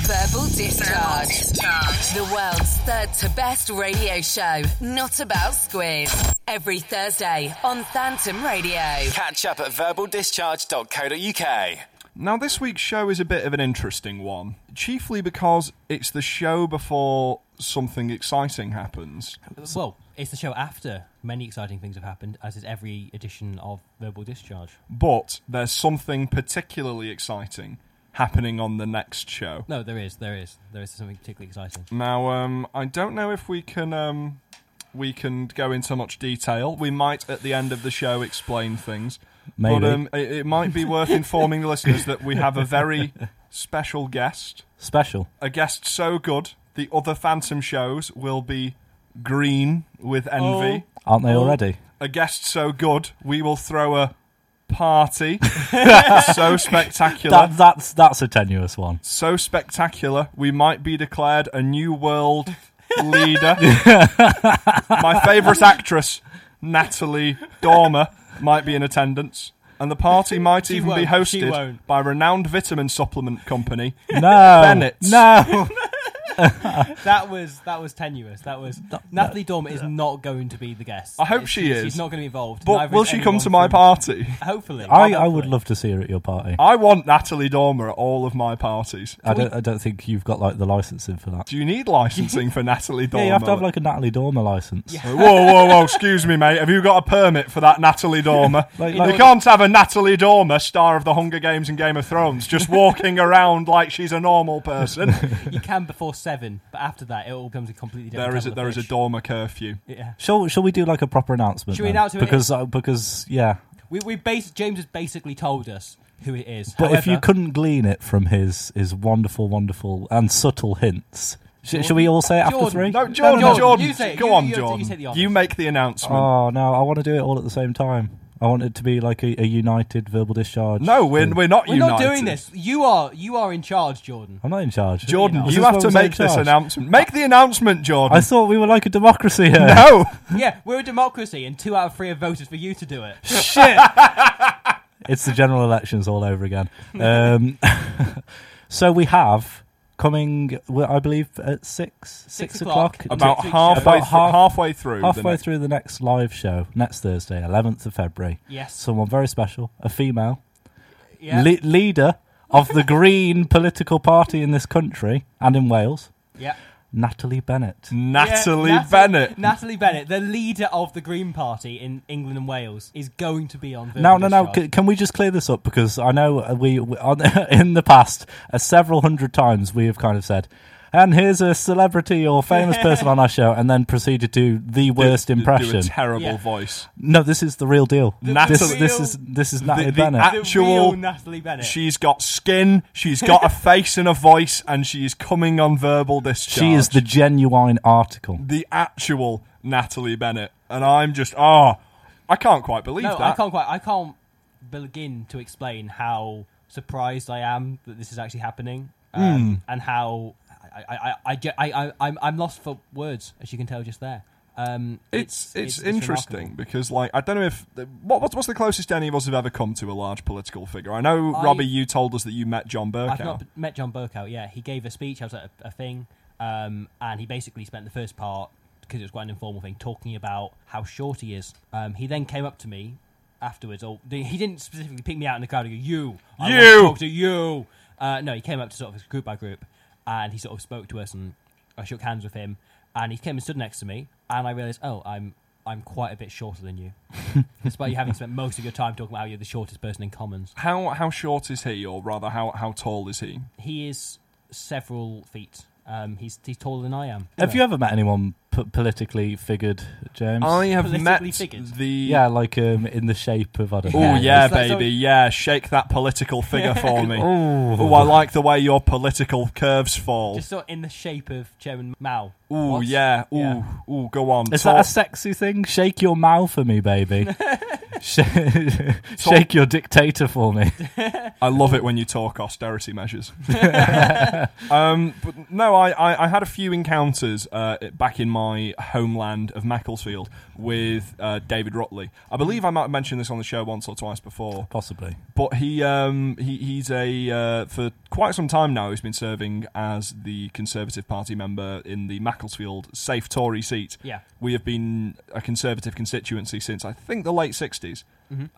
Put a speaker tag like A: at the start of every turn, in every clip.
A: Verbal Discharge. The world's third to best radio show, not about squids. Every Thursday on Phantom Radio.
B: Catch up at verbaldischarge.co.uk.
C: Now, this week's show is a bit of an interesting one, chiefly because it's the show before something exciting happens.
D: Well, it's the show after many exciting things have happened, as is every edition of Verbal Discharge.
C: But there's something particularly exciting happening on the next show.
D: No, there is, there is, there is something particularly exciting.
C: Now, um, I don't know if we can um, we can go into much detail. We might at the end of the show explain things.
E: Maybe.
C: But um, it, it might be worth informing the listeners that we have a very special guest,
E: Special.
C: a guest so good the other Phantom shows will be green with envy.
E: Aren't they already?
C: a guest so good, we will throw a party so spectacular,
E: That, that's that's a tenuous one.
C: so spectacular, we might be declared a new world leader. My favourite actress, Natalie Dormer, might be in attendance. And the party might even be
D: won't, she
C: hosted
D: won't.
C: by renowned vitamin supplement company.
E: No,
C: Bennett's.
E: No,
D: That was that was tenuous. That was Natalie Dormer is not going to be the guest.
C: I hope
D: It's-
C: she is.
D: She's not going to be involved.
C: But
D: Neither
C: will
D: is
C: she come
D: anyone
C: to my
D: from-
C: party?
D: Hopefully,
E: I, I would love to see her at your party.
C: I want Natalie Dormer at all of my parties.
E: I don't I don't think you've got like the licensing for that.
C: Do you need licensing for Natalie Dormer?
E: Yeah, you have to have like a Natalie Dormer license.
C: whoa, whoa, whoa! Excuse me, mate. Have you got a permit for that Natalie Dormer?
E: Like-
C: you
E: like-
C: can't have a Natalie Dormer, star of the Hunger Games and Game of Thrones, just walking around like she's a normal person.
D: You can before seven, but after that, it all becomes a completely different.
C: there is a,
D: kettle
C: there
D: of
C: is a
D: fish.
C: Dormer curfew.
D: Yeah,
E: Shall Shall we do like a proper announcement?
D: Shall we
E: then?
D: announce who it
E: because uh, because yeah.
D: we we base, James has basically told us who it is.
E: But if you
D: However-
E: couldn't glean it from his his wonderful, wonderful and subtle hints, sh- shall we all say it after
D: Jordan,
E: three?
C: No, Jordan,
D: no,
C: Jordan,
D: you say it.
C: go
D: You-
C: on,
D: you- you
C: Jordan.
D: take the honors.
C: you make the announcement.
E: Oh no, I want to do it all at the same time. I want it to be like a, a united verbal discharge.
C: no, we're, we're not
D: we're
C: united.
D: not doing this. You are you are in charge, Jordan.
E: I'm not in charge.
C: Jordan, you
E: Is this
C: have
E: where
C: to
E: we're in
C: make this
E: charge?
C: announcement. Make the announcement,
E: I
C: Jordan.
E: thought we were like a democracy here.
C: no,
D: Yeah, we're a democracy, and two out of three have voted for you to do it.
E: shit. it's the general elections all over again. Um, so we have coming, well, I believe, at six, six,
D: o'clock.
E: o'clock.
C: about
D: About
C: halfway through,
E: half-
C: halfway through. the
E: halfway
C: next-
E: through the next live show, next Thursday, 11th of February.
D: Yes.
E: Someone very special, a female
D: Yeah,
E: le- leader of the Green political party in this country and in Wales,
D: yeah.
E: Natalie Bennett.
C: Natalie
D: Yeah, Natalie-
C: Bennett.
D: Natalie Bennett, the leader of the Green Party in England and Wales, is going to be on. Verbal
E: No, no, no.
D: Discharge.
E: C- can we just clear this up? Because I know uh, we, we on, in the past, uh, several hundred times, we have kind of said, and here's a celebrity or famous person on our show, and then proceeded to the worst
C: Do- do
E: impression.
C: a terrible
D: Yeah.
C: voice.
E: no, this is the real deal.
C: Natalie-
E: this, this is this is Natalie
C: the
E: Bennett.
C: act-
D: the
C: actual-
D: real Natalie Bennett.
C: She's got skin, she's got a face and a voice, and she is coming on verbal discharge.
E: she is the genuine article.
C: the actual Natalie Bennett. And I'm just, ah, I can't quite believe
D: no,
C: that.
D: I can't quite. I can't begin to explain how surprised I am that this is actually happening, um,
C: Hmm.
D: and how I, I, I, I, ju- I, I, I'm, I'm lost for words, as you can tell just there. Um,
C: It's, it's,
D: remarkable.
C: interesting because, like, I don't know if. What, what's, what's the closest any of us have ever come to a large political figure? I know,
D: I-
C: Robbie, you told us that you met John
D: I've
C: Burkow.
D: not met John Burkow. Yeah, he gave a speech. I was at a, a thing, um, and he basically spent the first part because it was quite an informal thing, talking about how short he is. Um, he then came up to me afterwards. Or the- he didn't specifically pick me out in the crowd and go, "You, I want
C: You!"
D: to talk to you." Uh, no, he came up to sort of group by group, and he sort of spoke to us, and I shook hands with him, and he came and stood next to me, and I realised, oh, I'm. I'm quite a bit shorter than you, despite you having spent most of your time talking about how you're the shortest person in Commons.
C: How, how short is he, or rather, how, how tall is he?
D: He is several feet. Um, he's he's taller than I am.
E: Have you ever met anyone p- politically figured, James?
C: I have
D: Politically
C: met
D: figured.
C: the.
E: yeah, like um, in the shape of I don't
C: Oh
E: know.
D: Yeah,
C: yeah,
D: it's like
C: baby,
D: so-
C: yeah. Shake that political figure for me. Oh, I like the way your political curves fall.
D: Just sort of in the shape of Chairman Mao.
C: Oh
D: What?
C: yeah. Ooh,
D: Yeah.
C: ooh. Go on.
E: Is
C: talk,
E: that a sexy thing? Shake your mouth for me, baby. Sh- Shake your dictator for me.
C: I love it when you talk austerity measures. um, but no, I, I, I had a few encounters uh, back in my homeland of Macclesfield with uh, David Rotley. I believe I might have mentioned this on the show once or twice before.
E: Possibly.
C: But he um, he he's a uh, for quite some time now. He's been serving as the Conservative Party member in the Macclesfield safe Tory seat.
D: Yeah.
C: we have been a Conservative constituency since I think the late 60s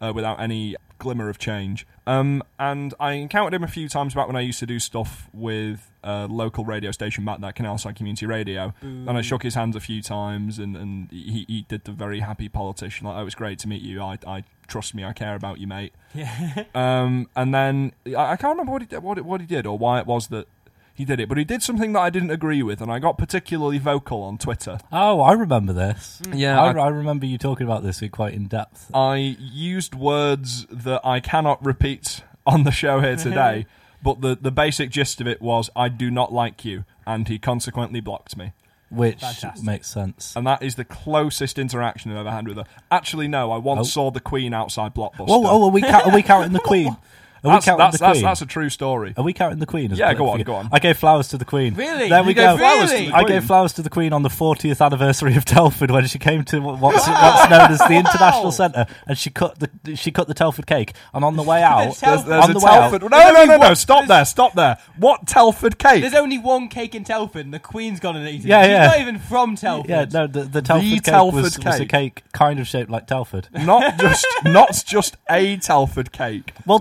C: uh, without any glimmer of change. Um, and I encountered him a few times back when I used to do stuff with a local radio station back that Canalside Community Radio. And I shook his hands a few times, and, and he, he did the very happy politician. Like, oh, it was great to meet you. I, I trust me. I care about you, mate.
D: Yeah.
C: Um, and then I, I can't remember what he did, what, it- what he did or why it was that he did it, but he did something that I didn't agree with, and I got particularly vocal on Twitter.
E: Oh, I remember this.
C: Mm. Yeah,
E: I,
C: I-
E: I remember you talking about this in quite in depth.
C: I used words that I cannot repeat on the show here
E: Mm-hmm.
C: today, but the, the basic gist of it was I do not like you, and he consequently blocked me.
E: Which
D: Fantastic.
E: makes sense.
C: And that is the closest interaction I've ever had with her. Actually, no, I once
E: Oh.
C: saw the Queen outside Blockbuster.
E: Whoa, oh, are we, ca- are we counting the Queen? Are we
C: that's,
E: counting
C: that's,
E: the Queen?
C: that's, that's a true story.
E: Are we counting the Queen? As a
C: Yeah, go
E: political
C: on,
E: figure?
C: go on.
E: I gave flowers to the Queen.
D: Really?
E: There
D: You
E: we
D: gave
E: go.
D: flowers to the
E: I
C: Queen?
E: gave flowers to the Queen on the 40th anniversary of Telford when she came to what's, what's known as the International Centre, and she cut the she cut the Telford cake. And on the way out,
C: There's, there's
E: on
C: a
E: the way out-
C: Telford. No, no, no, no, stop there, stop there. What Telford cake?
D: There's only one cake in Telford, and the Queen's gone and eaten
E: Yeah,
D: it. She's
E: yeah.
D: not even from Telford.
E: yeah, no, the, the Telford, cake,
C: Telford
E: was, was a
C: cake.
E: cake kind of shaped like Telford.
C: not just not just a Telford cake.
E: Well,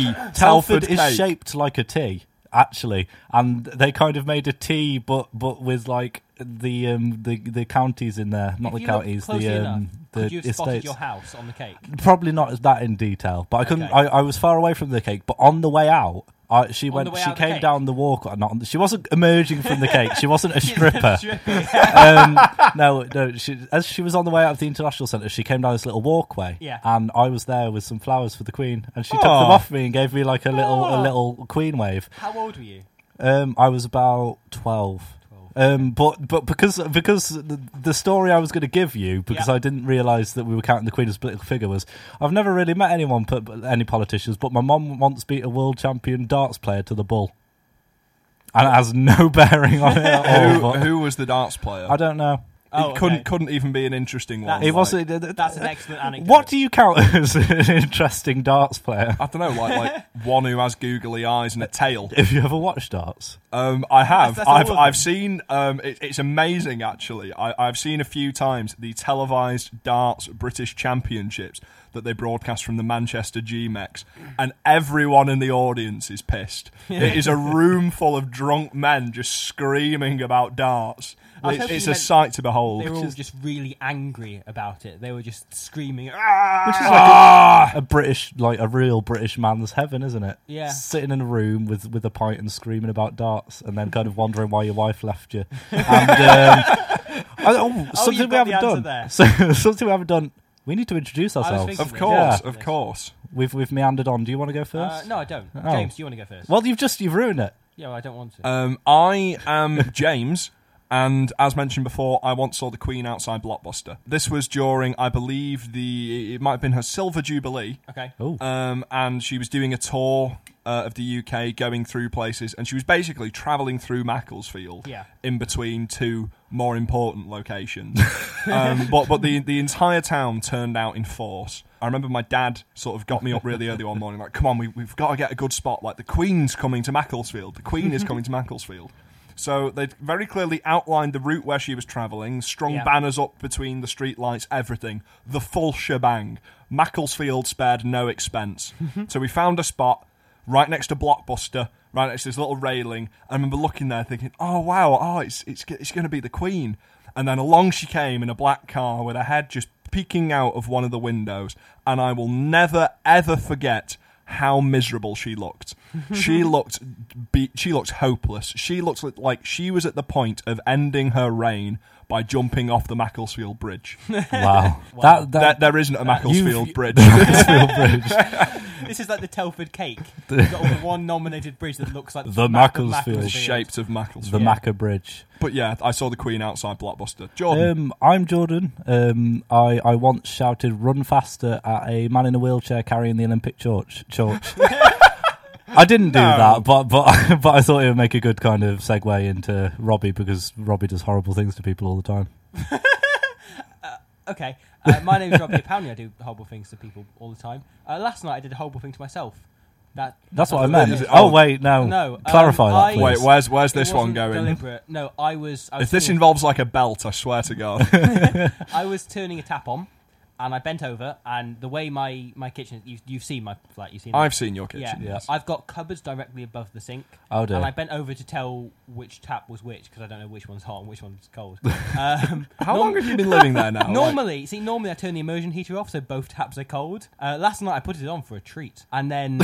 C: the
E: Telford,
C: Telford,
E: is
C: cake.
E: shaped like a T, actually, and they kind of made a T, but but with like the um the the counties in there, not
D: If
E: the
D: you look
E: counties,
D: closely
E: the um
D: enough,
E: the
D: could you have spotted
E: estates.
D: your house on the cake?
E: Probably not as that in detail, but I couldn't.
D: Okay.
E: I, I was far away from the cake, but on the way out. I she
D: the
E: went.
D: way
E: She
D: out the
E: came
D: cake?
E: down the walk. Not. on the- She wasn't emerging from the cake. She wasn't a stripper.
D: Stripper.
E: um, no, no. She, as she was on the way out of the international centre, she came down this little walkway.
D: Yeah.
E: And I was there with some flowers for the Queen, and she took
C: Aw.
E: them off me and gave me like a little a
D: Aw.
E: little Queen wave.
D: How old were you?
E: Um, I was about twelve. Um, but but because because the, the story I was going to give you because
D: Yeah.
E: I didn't realise that we were counting the Queen as a political figure was I've never really met anyone but but any politicians but my mum once beat a world champion darts player to the bull and it has no bearing on it at all.
C: Who,
E: but
C: who was the darts player?
E: Oh, I don't know
D: Oh,
C: it couldn't
D: okay.
C: couldn't even be an interesting one.
D: That's-
E: it
C: like-
E: wasn't th- th-
D: That's an excellent anecdote.
E: What do you count as an interesting darts player?
C: I don't know, like like one who has googly eyes and a tail.
E: If you ever watched darts,
C: Um, I have,
D: That's- that's
C: I've,
D: all of
C: I've
D: them.
C: seen. Um, it, it's amazing, actually. I, I've seen a few times the televised darts British Championships that they broadcast from the Manchester GMEX, and everyone in the audience is pissed. It is a room full of drunk men just screaming about darts.
D: I was
C: It's,
D: hoping
C: it's
D: you
C: a
D: meant
C: sight to behold.
D: They were all
E: is-
D: just really angry about it. They were just screaming. "Ah!"
E: which is like a, a British, like a real British man's heaven, isn't it?
D: Yeah.
E: Sitting in a room with with a pint and screaming about darts, and then kind of wondering why your wife left you. And um, I- oh, something
D: you've
E: we
D: got the
E: haven't done.
D: answer
E: So, something we haven't done. We need to introduce ourselves.
D: thinking-
C: Of course,
E: Yeah.
C: of course.
E: We've we've meandered on. Do you want to go
D: Uh,
E: first?
D: no, I don't.
E: Oh. Uh,
D: James, do you want to go first?
E: Well, you've just you've ruined it.
D: Yeah, well, I don't want to.
C: Um, I am James, and as mentioned before, I once saw the Queen outside Blockbuster. This was during, I believe, the it might have been her silver jubilee,
D: okay.
E: Oh,
C: um, and she was doing a tour. Uh, of the UK, going through places, and she was basically travelling through Macclesfield
D: Yeah.
C: in between two more important locations. um, but but the the entire town turned out in force. I remember my dad sort of got me up really early one morning, like, "Come on, we, we've got to get a good spot. Like the Queen's coming to Macclesfield. The Queen is coming to Macclesfield." So they very clearly outlined the route where she was travelling. Strong
D: Yeah.
C: banners up between the streetlights, everything, the full shebang. Macclesfield spared no expense. so we found a spot right next to Blockbuster, right next to this little railing. I remember looking there thinking, oh, wow, oh, it's, it's, it's going to be the Queen. And then along she came in a black car with her head just peeking out of one of the windows. And I will never, ever forget how miserable she looked. She looked be- she looked hopeless. She looked li- like she was at the point of ending her reign by jumping off the Macclesfield Bridge.
E: wow. That,
C: There-
E: that,
C: there isn't a Macclesfield Bridge.
D: This is like the Telford cake. You've got only one nominated bridge that looks like
E: The
D: Mac-
E: Macclesfield.
C: the shapes of Macclesfield.
E: the Macca Bridge.
C: But yeah, I saw the Queen outside Blockbuster. Jordan,
E: Um, I'm Jordan. Um, I, I once shouted "Run faster" at a man in a wheelchair carrying the Olympic torch. Torch. I didn't do
C: No.
E: that, but but but I thought it would make a good kind of segue into Robbie because Robbie does horrible things to people all the time.
D: Okay. Uh, my name's Robbie Powney. I do horrible things to people all the time. Uh, last night I did a horrible thing to myself. That
E: That's what I
C: Is
E: meant.
C: it-
E: Oh wait, no,
D: No, um,
E: clarify
D: I-
E: that. Please.
C: Wait, where's where's
D: It
C: this one
D: wasn't
C: going?
D: Deliberate. No, I was. I was
C: If this
D: turning-
C: involves like a belt, I swear to God.
D: I was turning a tap on, and I bent over, and the way my my kitchen, you, you've seen my flat, you've seen.
C: I've
D: it.
C: seen your kitchen.
D: Yeah.
E: yeah.
D: I've got cupboards directly above the sink.
E: Oh, dear.
D: And I bent over to tell which tap was which because I don't know which one's hot and which one's cold. Um,
C: How long have you been living there now? Like,
D: normally, see, normally I turn the immersion heater off so both taps are cold. Uh, last night I put it on for a treat, and then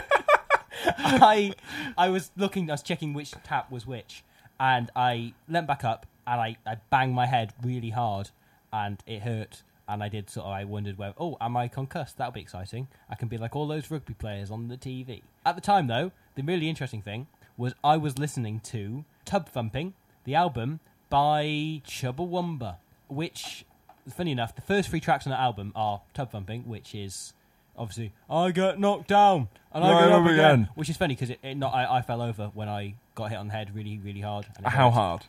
D: I I was looking, I was checking which tap was which, and I leant back up and I, I banged my head really hard, and it hurt. And I did sort of, I wondered where, oh, am I concussed? That'll be exciting. I can be like all those rugby players on the TV. At the time, though, the really interesting thing was I was listening to Tub Thumping, the album by Chubbawamba, which, funny enough, the first three tracks on that album are Tub Thumping, which is obviously I got knocked down and I
C: Right
D: got up
C: over
D: again.
C: again.
D: Which is funny because it, it not I, I fell over when I got hit on the head really really hard. and it
C: how
D: hurt.
C: hard?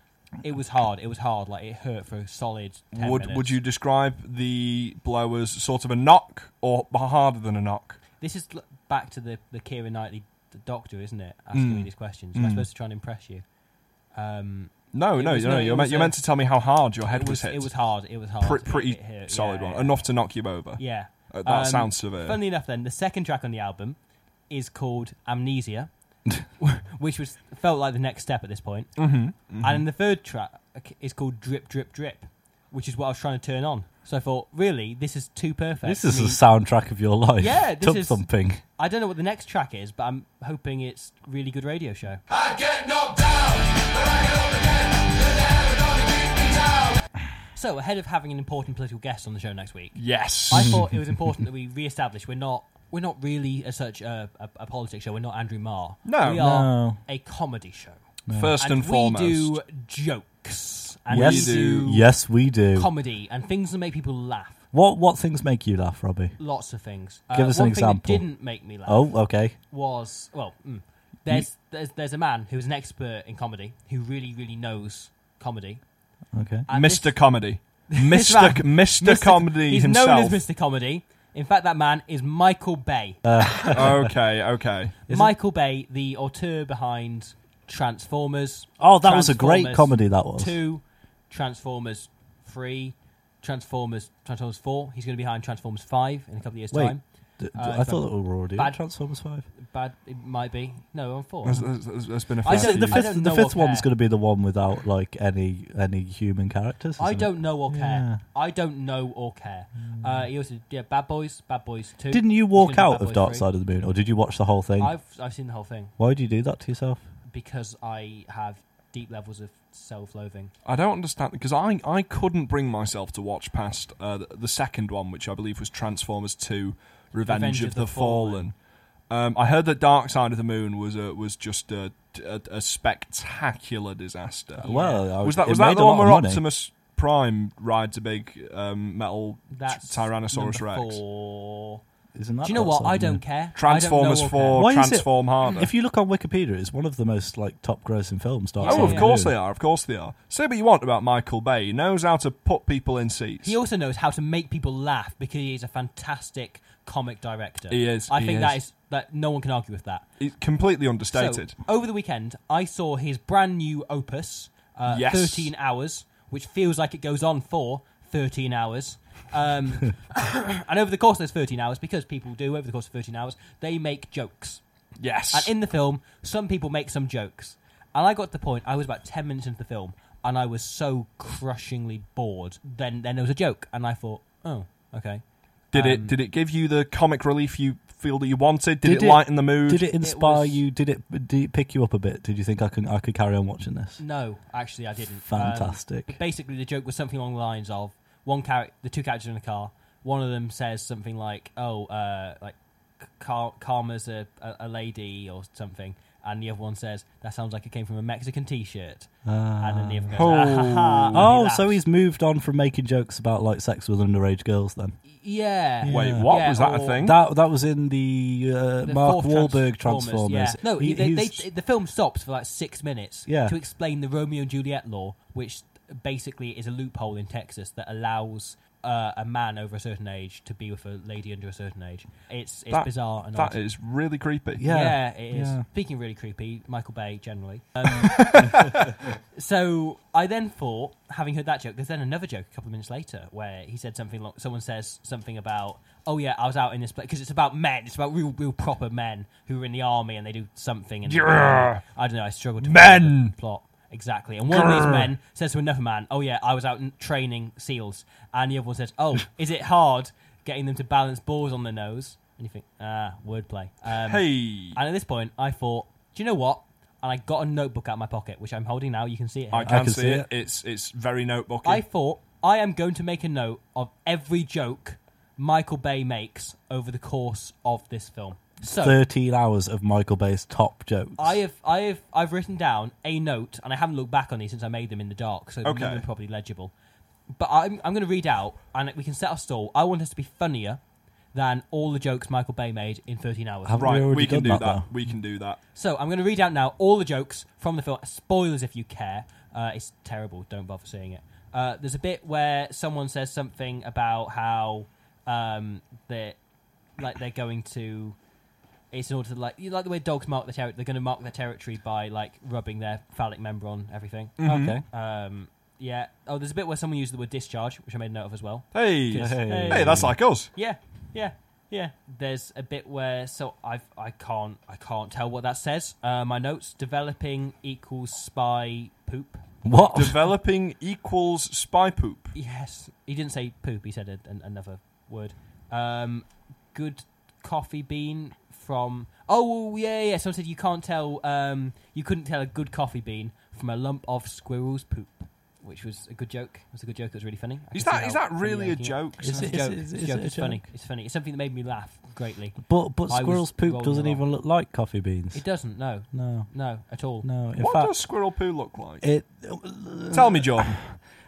D: It was hard. It was hard. Like it hurt for a solid. 10
C: Would
D: minutes.
C: would you describe the blow as sort of a knock or harder than a knock?
D: This is l- back to the the Kira Knightley the doctor, isn't it? Asking
C: Hmm.
D: me these questions. Am I supposed to try and impress you? Um,
C: No,
D: It
C: no,
D: was-
C: no.
D: no, it
C: You're, meant,
D: was
C: you're
D: a-
C: meant to tell me how hard your head
D: it
C: was,
D: was
C: hit.
D: it was hard. It was hard.
C: Pre-
D: It-
C: pretty
D: it hurt,
C: solid
D: yeah,
C: one,
D: yeah.
C: enough to knock you over.
D: Yeah. Um,
C: Uh, that sounds severe.
D: Funnily enough, then the second track on the album is called Amnesia, which was felt like the next step at this point. Mm-hmm, And then the third track is called Drip Drip Drip, which is what I was trying to turn on. So I thought, really, this is too perfect.
E: This
D: for
E: is the
D: me.
E: soundtrack of your life.
D: Yeah, this
E: Tub
D: is-
E: thumping.
D: I don't know what the next track is, but I'm hoping it's really good radio show. So ahead of having an important political guest on the show next week,
C: Yes.
D: I thought it was important that we re-establish we're not we're not really a, such a, a, a politics show. We're not Andrew Marr.
C: No.
D: we are
E: No.
D: a comedy show.
C: First and, foremost.
D: we do jokes and
C: Yes.
D: we do
E: Yes, we do.
D: comedy and things that make people laugh.
E: what what things make you laugh, Robbie?
D: Lots of things. Uh,
E: Give us an
D: one
E: example.
D: Thing that didn't make me laugh
E: Oh, okay.
D: was well. Mm, there's, there's there's a man who's an expert in comedy who really really knows comedy.
E: Okay.
D: And
C: Mr.
D: this-
C: Comedy. Mr.
D: man-
C: C- Mr. Comedy
D: he's
C: himself.
D: known as Mr. Comedy. In fact, that man is Michael Bay.
C: okay, okay.
D: Michael Bay, the auteur behind Transformers.
E: Oh, that was a great
D: Transformers
E: comedy, that was.
D: Two, Transformers three, Transformers Transformers four. He's going to be behind Transformers five in a couple of years'
E: Wait.
D: time.
E: D- d-
D: Uh,
E: I
D: it's
E: thought that we were already
D: Bad-
E: Transformers 5.
D: Bad, it might be. No, on four.
C: There's, there's- there's been a
D: I
C: fair
D: don't-
E: the
C: few.
D: I
E: fifth, the
D: know
E: fifth
D: what
E: one's
D: care.
E: going to be the one without like any any human characters.
D: I
E: isn't it?
D: don't know or care.
E: Yeah. Hmm.
D: I don't know or care. Uh, he also yeah, Bad Boys, Bad Boys Two.
E: Didn't you
D: He's
E: walk
D: gonna do
E: out
D: Bad
E: of
D: Boys
E: Dark
D: 3.
E: Side of the Moon, or did you watch the whole thing?
D: I've I've seen the whole thing
E: Why would you do that to yourself?
D: because I have deep levels of self-loathing.
C: I don't understand because I, I couldn't bring myself to watch past uh, the, the second one, which I believe was Transformers Two: Revenge, of, the, Fallen. Um, I heard that Dark Side of the Moon was a, was just a, a, a spectacular disaster.
E: Well, I
C: was
E: was-
C: that
E: it
C: was that
E: made
C: the
E: a
C: one
E: lot
C: where
E: of money.
C: Optimus Prime rides a big um, metal t-
D: That's
C: Tyrannosaurus
D: number
C: Rex?
D: Four.
E: Isn't that
D: Do you know
E: Dark
D: what?
E: Side of
D: I
E: the Moon?
D: don't care.
C: Transformers
D: I don't know or
C: Four,
E: Why is it-
C: Transform Harder.
E: If you look on Wikipedia, it's one of the most like top grossing films. Dark Side
C: Oh, of
E: the
C: course
E: Moon.
C: they are. Of course they are. Say what you want about Michael Bay. He knows how to put people in seats.
D: care. He also knows how to make people laugh because he is a fantastic comic director.
C: He is,
D: I
C: he
D: think that
C: is.
D: is that no one can argue with that.
C: He's completely
D: So,
C: understated.
D: over the weekend, I saw his brand new opus, uh,
C: Yes.
D: 13 Hours, which feels like it goes on for 13 hours. Um, and over the course of those 13 hours, because people do over the course of 13 hours, they make jokes.
C: yes.
D: And in the film, some people make some jokes. And I got to the point, I was about 10 minutes into the film, and I was so crushingly bored. Then, then there was a joke, and I thought, oh, okay.
C: Did
D: um,
C: it did it give you the comic relief you feel that you wanted? Did,
E: Did
C: it,
E: it-
C: lighten the mood?
E: Did it inspire
D: was-
E: you? Did it, did it pick you up a bit? Did you think I can I could carry on watching this?
D: No, actually, I didn't. Um,
E: Fantastic.
D: but basically, the joke was something along the lines of one character, the two characters in the car. One of them says something like, "Oh, uh, like Car- Karma's a, a, a lady or something," and the other one says, "That sounds like it came from a Mexican T-shirt." and then the other goes, "Ah, ha, ha," and he
E: Oh,
D: laughs.
E: so he's moved on from making jokes about like sex with underage girls. Then
D: yeah.
C: Wait,
E: Yeah.
C: what
D: Yeah,
C: was that a
D: or-
C: thing?
E: that that was in the, uh,
D: The
E: Mark
D: fourth
E: Wahlberg
D: Transformers,
E: Transformers.
D: yeah. No,
E: He-
D: they, they,
E: he's-
D: the film stops for like six minutes
E: Yeah.
D: to explain the Romeo and Juliet law, which basically is a loophole in Texas that allows uh, a man over a certain age to be with a lady under a certain age. It's it's
C: That-
D: bizarre and
C: that
D: odd.
C: is really creepy.
E: Yeah.
D: it is.
E: yeah.
D: Speaking really creepy, Michael Bay generally. Um, so I then thought, having heard that joke, there's then another joke a couple of minutes later where he said something. Like, someone says something about, "Oh yeah, I was out in this place because it's about men. It's about real, real proper men who are in the army and they do something." And
C: Grr.
D: I don't know. I struggled to
C: Men.
D: follow the plot. Exactly, and one of these
C: Grr.
D: men says to another man, "Oh yeah, I was out n- training seals," and the other one says, "Oh, is it hard getting them to balance balls on their nose?" And you think, ah, wordplay. Um,
C: Hey,
D: and at this point, I thought, do you know what? And I got a notebook out of my pocket, which I'm holding now. You can see it. Here.
C: I
D: I,
C: can,
E: can
C: see,
E: see
C: it.
E: it.
C: It's it's very notebook.
D: thought I am going to make a note of every joke Michael Bay makes over the course of this film. So
E: Thirteen hours of Michael Bay's top jokes.
D: I have, I have, I've written down a note, and I haven't looked back on these since I made them in the dark, so
C: Okay.
D: none of them are probably legible. But I'm, I'm going to read out, and we can set our stall. I want us to be funnier than all the jokes Michael Bay made in 13 hours.
E: Have
C: right,
E: we
C: we,
E: already
C: can
E: done
C: do
E: that,
C: that.
E: though?
C: We can do that.
D: So I'm going to read out now all the jokes from the film. Spoilers if you care. Uh, it's terrible. Don't bother seeing it. Uh, there's a bit where someone says something about how um, they're like they're going to. It's in order to like you like the way dogs mark the territory. They're going to mark their territory by like rubbing their phallic member on everything.
E: Okay.
D: Um, yeah. Oh, there's a bit where someone used the word discharge, which I made a note of as well.
C: Hey,
E: Hey.
C: hey,
D: um,
C: that's like us.
D: Yeah, yeah, yeah. There's a bit where so I've I can't I can't tell what that says. Uh, my notes: developing equals spy poop.
E: What?
C: Developing equals spy poop.
D: Yes, he didn't say poop. He said a, an, another word. Um, good coffee bean from. Oh yeah, yeah. Someone said you can't tell. Um, you couldn't tell a good coffee bean from a lump of squirrel's poop, which was a good joke. It was a good joke. It was really funny. I
C: Is
D: can see
C: that
D: how
C: is that
D: funny
C: really a
D: making it.
C: joke?
E: Is
D: It's a
E: it- is
D: joke.
E: it-
D: It's
E: is
D: a
E: it
D: joke.
E: a
D: It's
E: joke?
D: funny. It's funny. It's something that made me laugh greatly.
E: But
D: I
E: but
D: was
E: squirrel's poop
D: rolling
E: doesn't
D: along.
E: even look like coffee beans.
D: It doesn't. No,
E: No,
D: no, at all.
E: no. In
C: what
E: fact, uh,
C: does squirrel poo look like?
E: it
C: Tell me, John.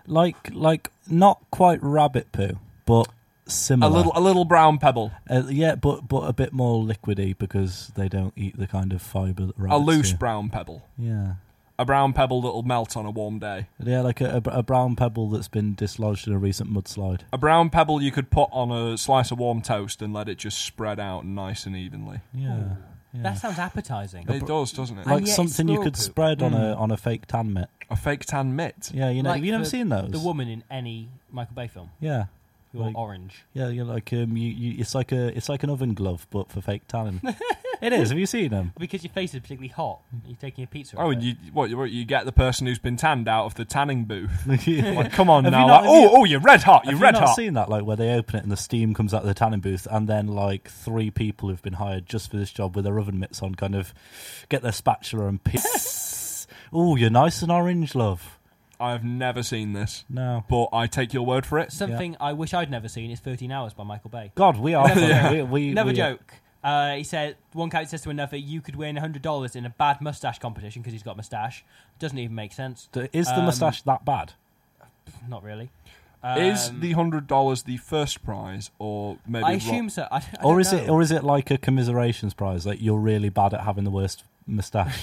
E: like like not quite rabbit poo, but
C: A
E: similar.
C: little a little brown pebble,
E: Uh, yeah, but but a bit more liquidy because they don't eat the kind of fibre. That
C: a
E: rabbits
C: loose
E: do.
C: brown pebble,
E: Yeah,
C: a brown pebble that'll melt on a warm day.
E: yeah, like a, a, a brown pebble that's been dislodged in a recent mudslide.
C: A brown pebble you could put on a slice of warm toast and let it just spread out nice and evenly.
E: Yeah, yeah.
D: That sounds appetizing.
C: It does, doesn't it?
D: And
E: like
D: yet it's
E: something you
D: squirrel
E: could
D: poop.
E: spread on a on a fake tan mitt.
C: a fake tan mitt.
E: Yeah, you know,
D: Like
E: have you never
D: the-
E: seen those?
D: The woman in any Michael Bay film
E: Yeah,
D: who are
E: Like-
D: orange.
E: yeah, you're like um, you, you, it's like a it's like an oven glove, but for fake tanning. it is. Have you seen them?
D: Because your face is particularly hot. You're taking a pizza.
C: Oh,
D: off
C: and
D: it.
C: you what, you what? You get the person who's been tanned out of the tanning booth. Like, come on
E: Have you
C: now!
E: not-
C: like,
E: have you-
C: oh, oh, you're red hot. You're
E: Have
C: red
E: you not
C: hot.
E: seen that, like where they open it and the steam comes out of the tanning booth, and then like three people who've been hired just for this job with their oven mitts on, kind of get their spatula and piss. oh, you're nice and orange, love.
C: I have never seen this,
E: No,
C: but I take your word for it.
D: Something I wish I'd never seen is 13 Hours by Michael Bay.
E: God, we are.
D: Never-
E: we, we,
D: Another
E: we-
D: joke. Uh, he said one character says to another, "You could win hundred dollars in a bad mustache competition because he's got a mustache." Doesn't even make sense.
E: Is the
D: Um,
E: moustache that bad?
D: Not really.
C: Is
D: Um,
C: the hundred dollars the first prize, or maybe?
D: I
C: ro-
D: assume so. I, I don't
E: or is
D: know.
E: it or is it like a commiserations prize like you're really bad at having the worst moustache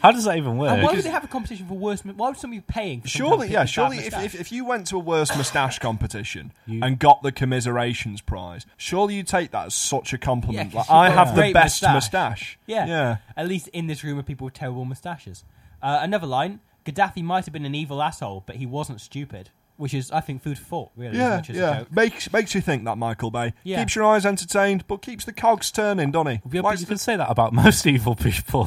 E: how does that even
D: And
E: work
D: why would they have a competition for worst? mu- Why would somebody be paying? For someone
C: Surely,
D: to pick
C: yeah,
D: a bad
C: surely. If,
D: moustache?
C: if, if you went to a worst moustache competition
E: You-
C: and got the commiserations prize, surely you take that as such a compliment. like,
D: 'cause you've
C: I
D: got a
C: have the
D: great
C: best
D: moustache.
C: moustache.
D: Yeah.
C: yeah.
D: At least in this room of people with terrible moustaches. Uh, another line Gaddafi might have been an evil asshole, but he wasn't stupid. Which is, I think, food for thought, really. as
C: Yeah,
D: much as a
C: yeah.
D: joke.
C: Makes makes you think that Michael Bay
D: Yeah.
C: keeps your eyes entertained, but keeps the cogs turning, doesn't he?
E: Yeah, but
C: Like
E: you can say that about most evil people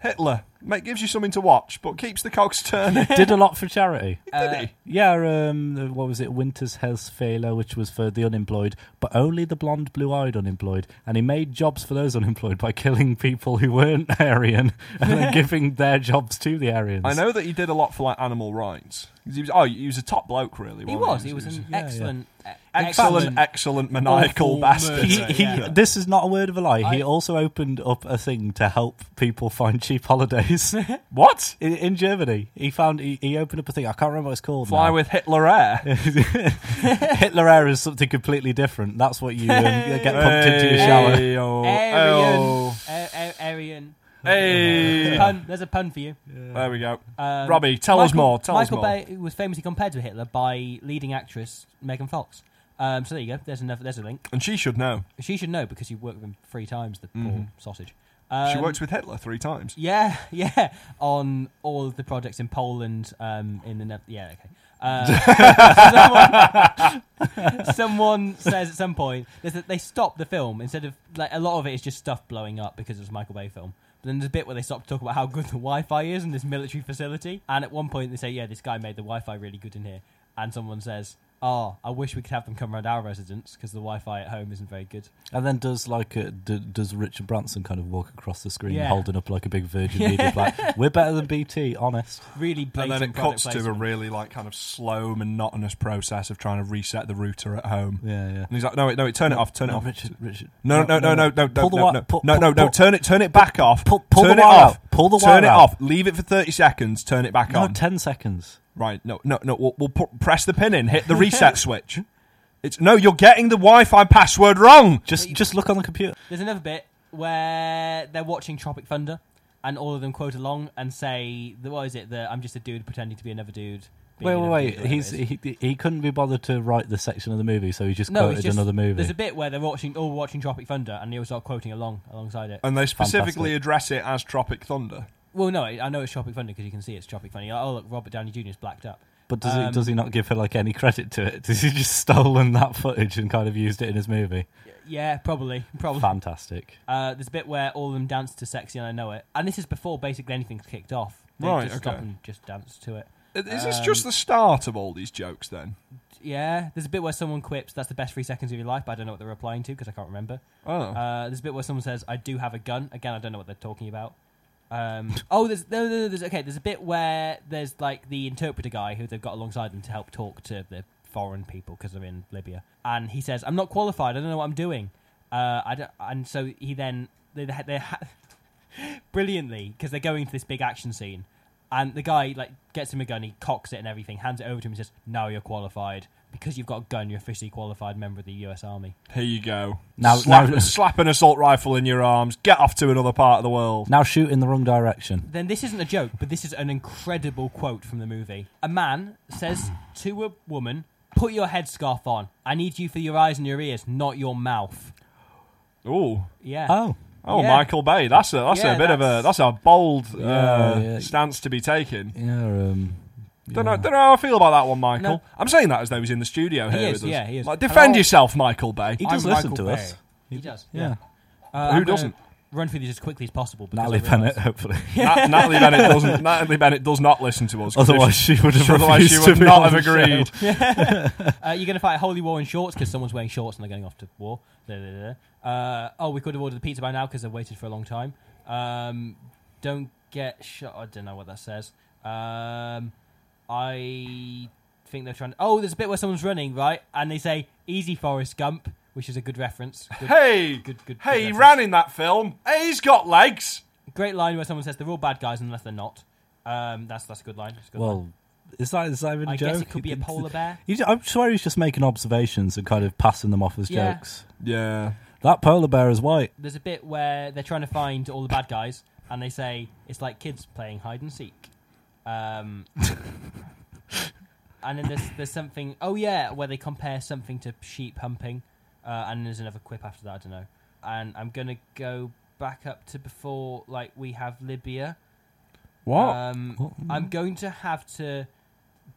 C: Hitler, mate, gives you something to watch, but keeps the cogs turning.
E: did a lot for charity
C: Did
D: Uh,
C: he?
E: yeah um what was it winter's Failer, which was for the unemployed but only the blonde blue-eyed unemployed and he made jobs for those unemployed by killing people who weren't aryan and then giving their jobs to the aryans
C: I know that he did a lot for like animal rights. He was, oh, he was a top bloke, really.
D: He
C: wasn't
D: was. He was an
E: yeah.
D: excellent, e-
C: excellent, excellent maniacal
D: awful
C: bastard.
E: He,
D: murderer.
E: he,
D: Yeah.
E: This is not a word of a lie.
D: I-
E: he also opened up a thing to help people find cheap holidays
C: What?
E: in, in Germany. He found he, he opened up a thing. I can't remember what it's called.
C: Fly
E: now.
C: with Hitler Air.
E: Hitler Air is something completely different. That's what you um, get pumped into your shower.
C: Hey, oh,
D: Aryan.
C: oh.
D: A- a- Aryan.
C: Hey.
D: Pun, there's a pun for you.
C: There we go.
D: Um,
C: Robbie, tell us
D: Michael-
C: more, tell us
D: Michael
C: more.
D: Bay was famously compared to Hitler by leading actress Megan Fox. Um, so there you go. There's another. There's a link.
C: And she should know.
D: She should know because you worked with him three times. The poor sausage. Um,
C: Mm-hmm. She worked with Hitler three times.
D: Yeah, yeah. On all of the projects in Poland, um, in the ne- yeah, okay. Uh, someone, someone says at some point there's that they stop the film instead of like a lot of it is just stuff blowing up because it's a Michael Bay film. But then there's a bit where they stop to talk about how good the Wi-Fi is in this military facility, and at one point they say, "Yeah, this guy made the Wi-Fi really good in here," and someone says. Oh, I wish we could have them come round our residence because the Wi-Fi at home isn't very good.
E: And then does like uh d- does Richard Branson kind of walk across the screen
D: Yeah.
E: holding up like a big Virgin Media flag? We're better than BT, honest.
D: Really
C: And
D: blatant
C: then it
D: product
C: cuts to a
D: placement.
C: really like kind of slow, monotonous process of trying to reset the router at home.
E: Yeah, yeah.
C: And he's like, no, wait, no, wait, turn it off, turn it
E: No,
C: off.
E: Richard, Richard.
C: No, no, no, no, no, no,
E: Pull the
C: no,
E: wi-
C: no,
E: pull-
C: no, no,
E: pull-
C: no,
E: pull-
C: turn it, turn it back off.
E: Pull- pull
C: turn
E: the
C: it
E: wire
C: off.
E: out. Pull the
C: Turn
E: wire
C: it
E: out.
C: off. Leave it for thirty seconds. Turn it back
E: No,
C: on.
E: ten seconds.
C: Right. No, no, no. We'll, we'll pu- press the pin in. Hit the reset switch. It's no. You're getting the Wi-Fi password wrong.
E: Just just look on the computer.
D: There's another bit where they're watching Tropic Thunder, and all of them quote along and say, the- "What is it? That I'm just a dude pretending to be another dude." being
E: Wait,
D: another
E: wait,
D: dude,"
E: wait.
D: whatever
E: He's
D: it is.
E: he, he couldn't be bothered to write the section of the movie, so he just
D: no, it's
E: quoted
D: just-
E: another movie.
D: There's a bit where they're watching, all watching Tropic Thunder, and they all start quoting along alongside
E: Uh,
D: it.
C: And they specifically
E: Fantastic.
C: address it as Tropic Thunder.
D: well, no, I I know it's Tropic Thunder because you can see it's Tropic Thunder. You're like, oh look, Robert Downey Jr. is blacked up.
E: But does
D: Um,
E: he does he not give her like any credit to it? Does he just stolen that footage and kind of used it in his movie?
D: Yeah, probably, probably.
E: Fantastic.
D: Uh, there's a bit where all of them dance to "Sexy and I Know It," and this is before basically anything's kicked off. They
C: Right,
D: just stop
C: okay.
D: and just dance to it.
C: Is this just
D: Um,
C: the start of all these jokes then?
D: Yeah, there's a bit where someone quips, "That's the best three seconds of your life," but I don't know what they're replying to because I can't remember.
C: Oh.
D: Uh, there's a bit where someone says, "I do have a gun." Again, I don't know what they're talking about. Um, oh, there's no, no, no, there's okay. There's a bit where there's like the interpreter guy who they've got alongside them to help talk to the foreign people because they're in Libya, and he says, "I'm not qualified. I don't know what I'm doing." Uh, I don't, and so he then they they, they ha- brilliantly because they're going to this big action scene, and the guy like gets him a gun, he cocks it and everything, hands it over to him, and says, "Now you're qualified." Because you've got a gun, you're officially qualified member of the U.S. Army.
C: Here you go.
E: Now-
C: slap,
E: now-
C: slap an assault rifle in your arms. Get off to another part of the world.
E: Now shoot in the wrong direction.
D: then this isn't a joke, but this is an incredible quote from the movie. A man says to a woman, "Put your headscarf on. I need you for your eyes and your ears, not your mouth."
C: Ooh.
D: Yeah.
E: Oh,
C: Oh,
D: Yeah.
C: Michael Bay. That's a that's
D: Yeah,
C: a bit of a
D: that's-
C: that's a bold uh,
E: yeah.
C: stance to be taken.
E: yeah. Um,
C: Don't know,
E: yeah.
C: don't know how I feel about that one, Michael.
D: No.
C: I'm saying that as though he's in the studio
D: He
C: here
D: is,
C: with us.
D: yeah, he is.
C: Like,
D: And
C: defend
D: I'll-
C: yourself, Michael Bay.
E: He does
D: I'm
E: listen
D: Michael
E: to us.
D: Bay. He does.
E: Yeah.
D: Uh,
C: Who
D: I'm gonna
C: doesn't?
D: Run through these as quickly as possible. because
E: Natalie
D: I realise-
E: Bennett, hopefully.
C: Nat- Natalie Bennett doesn't. Natalie Bennett does not listen to us. 'cause if
E: Otherwise, she would have.
C: Otherwise, she
E: refused
C: would
E: to be
C: not
E: on
C: have
E: the
C: agreed.
E: show.
D: Uh, you're going to fight a holy war in shorts because someone's wearing shorts and they're going off to war. Da, da, da, da. Uh, oh, we could have ordered the pizza by now because they waited for a long time. Um, don't get shot. I don't know what that says. Um, I think they're trying. To- oh, there's a bit where someone's running right, and they say "Easy, Forrest Gump," which is a good reference. Good-
C: Hey,
D: Good- good-
C: hey,
D: good
C: he
D: reference.
C: ran in that film. Hey, he's got legs.
D: Great line where someone says they're all bad guys unless they're not. Um, that's that's a good line. That's a good line.
E: Well, is that is that even a
D: I
E: joke?
D: guess it could be a polar bear.
E: He's- I'm sure he's just making observations and kind of passing them off as
D: Yeah.
E: jokes.
C: Yeah.
E: That polar bear is white.
D: there's a bit where they're trying to find all the bad guys, and they say it's like kids playing hide and seek. Um, and then there's there's something. Oh yeah, where they compare something to sheep humping, uh, and there's another quip after that. I don't know. And I'm gonna go back up to before like we have Libya. Um,
E: What?
D: I'm going to have to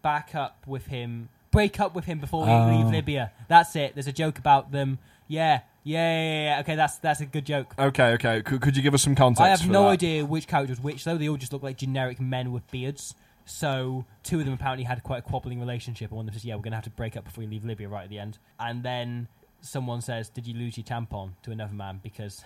D: back up with him, break up with him before we
E: Oh.
D: leave Libya. That's it. There's a joke about them. Yeah, yeah, yeah, yeah. Okay, that's that's a good joke.
C: Okay. Okay. Could, could you give us some context?
D: I have
C: for
D: no
C: that?
D: idea which character was which though. They all just look like generic men with beards. So two of them apparently had quite a quabbling relationship, and one of them says, "Yeah, we're going to have to break up before we leave Libya right at the end." And then someone says, "Did you lose your tampon?" to another man because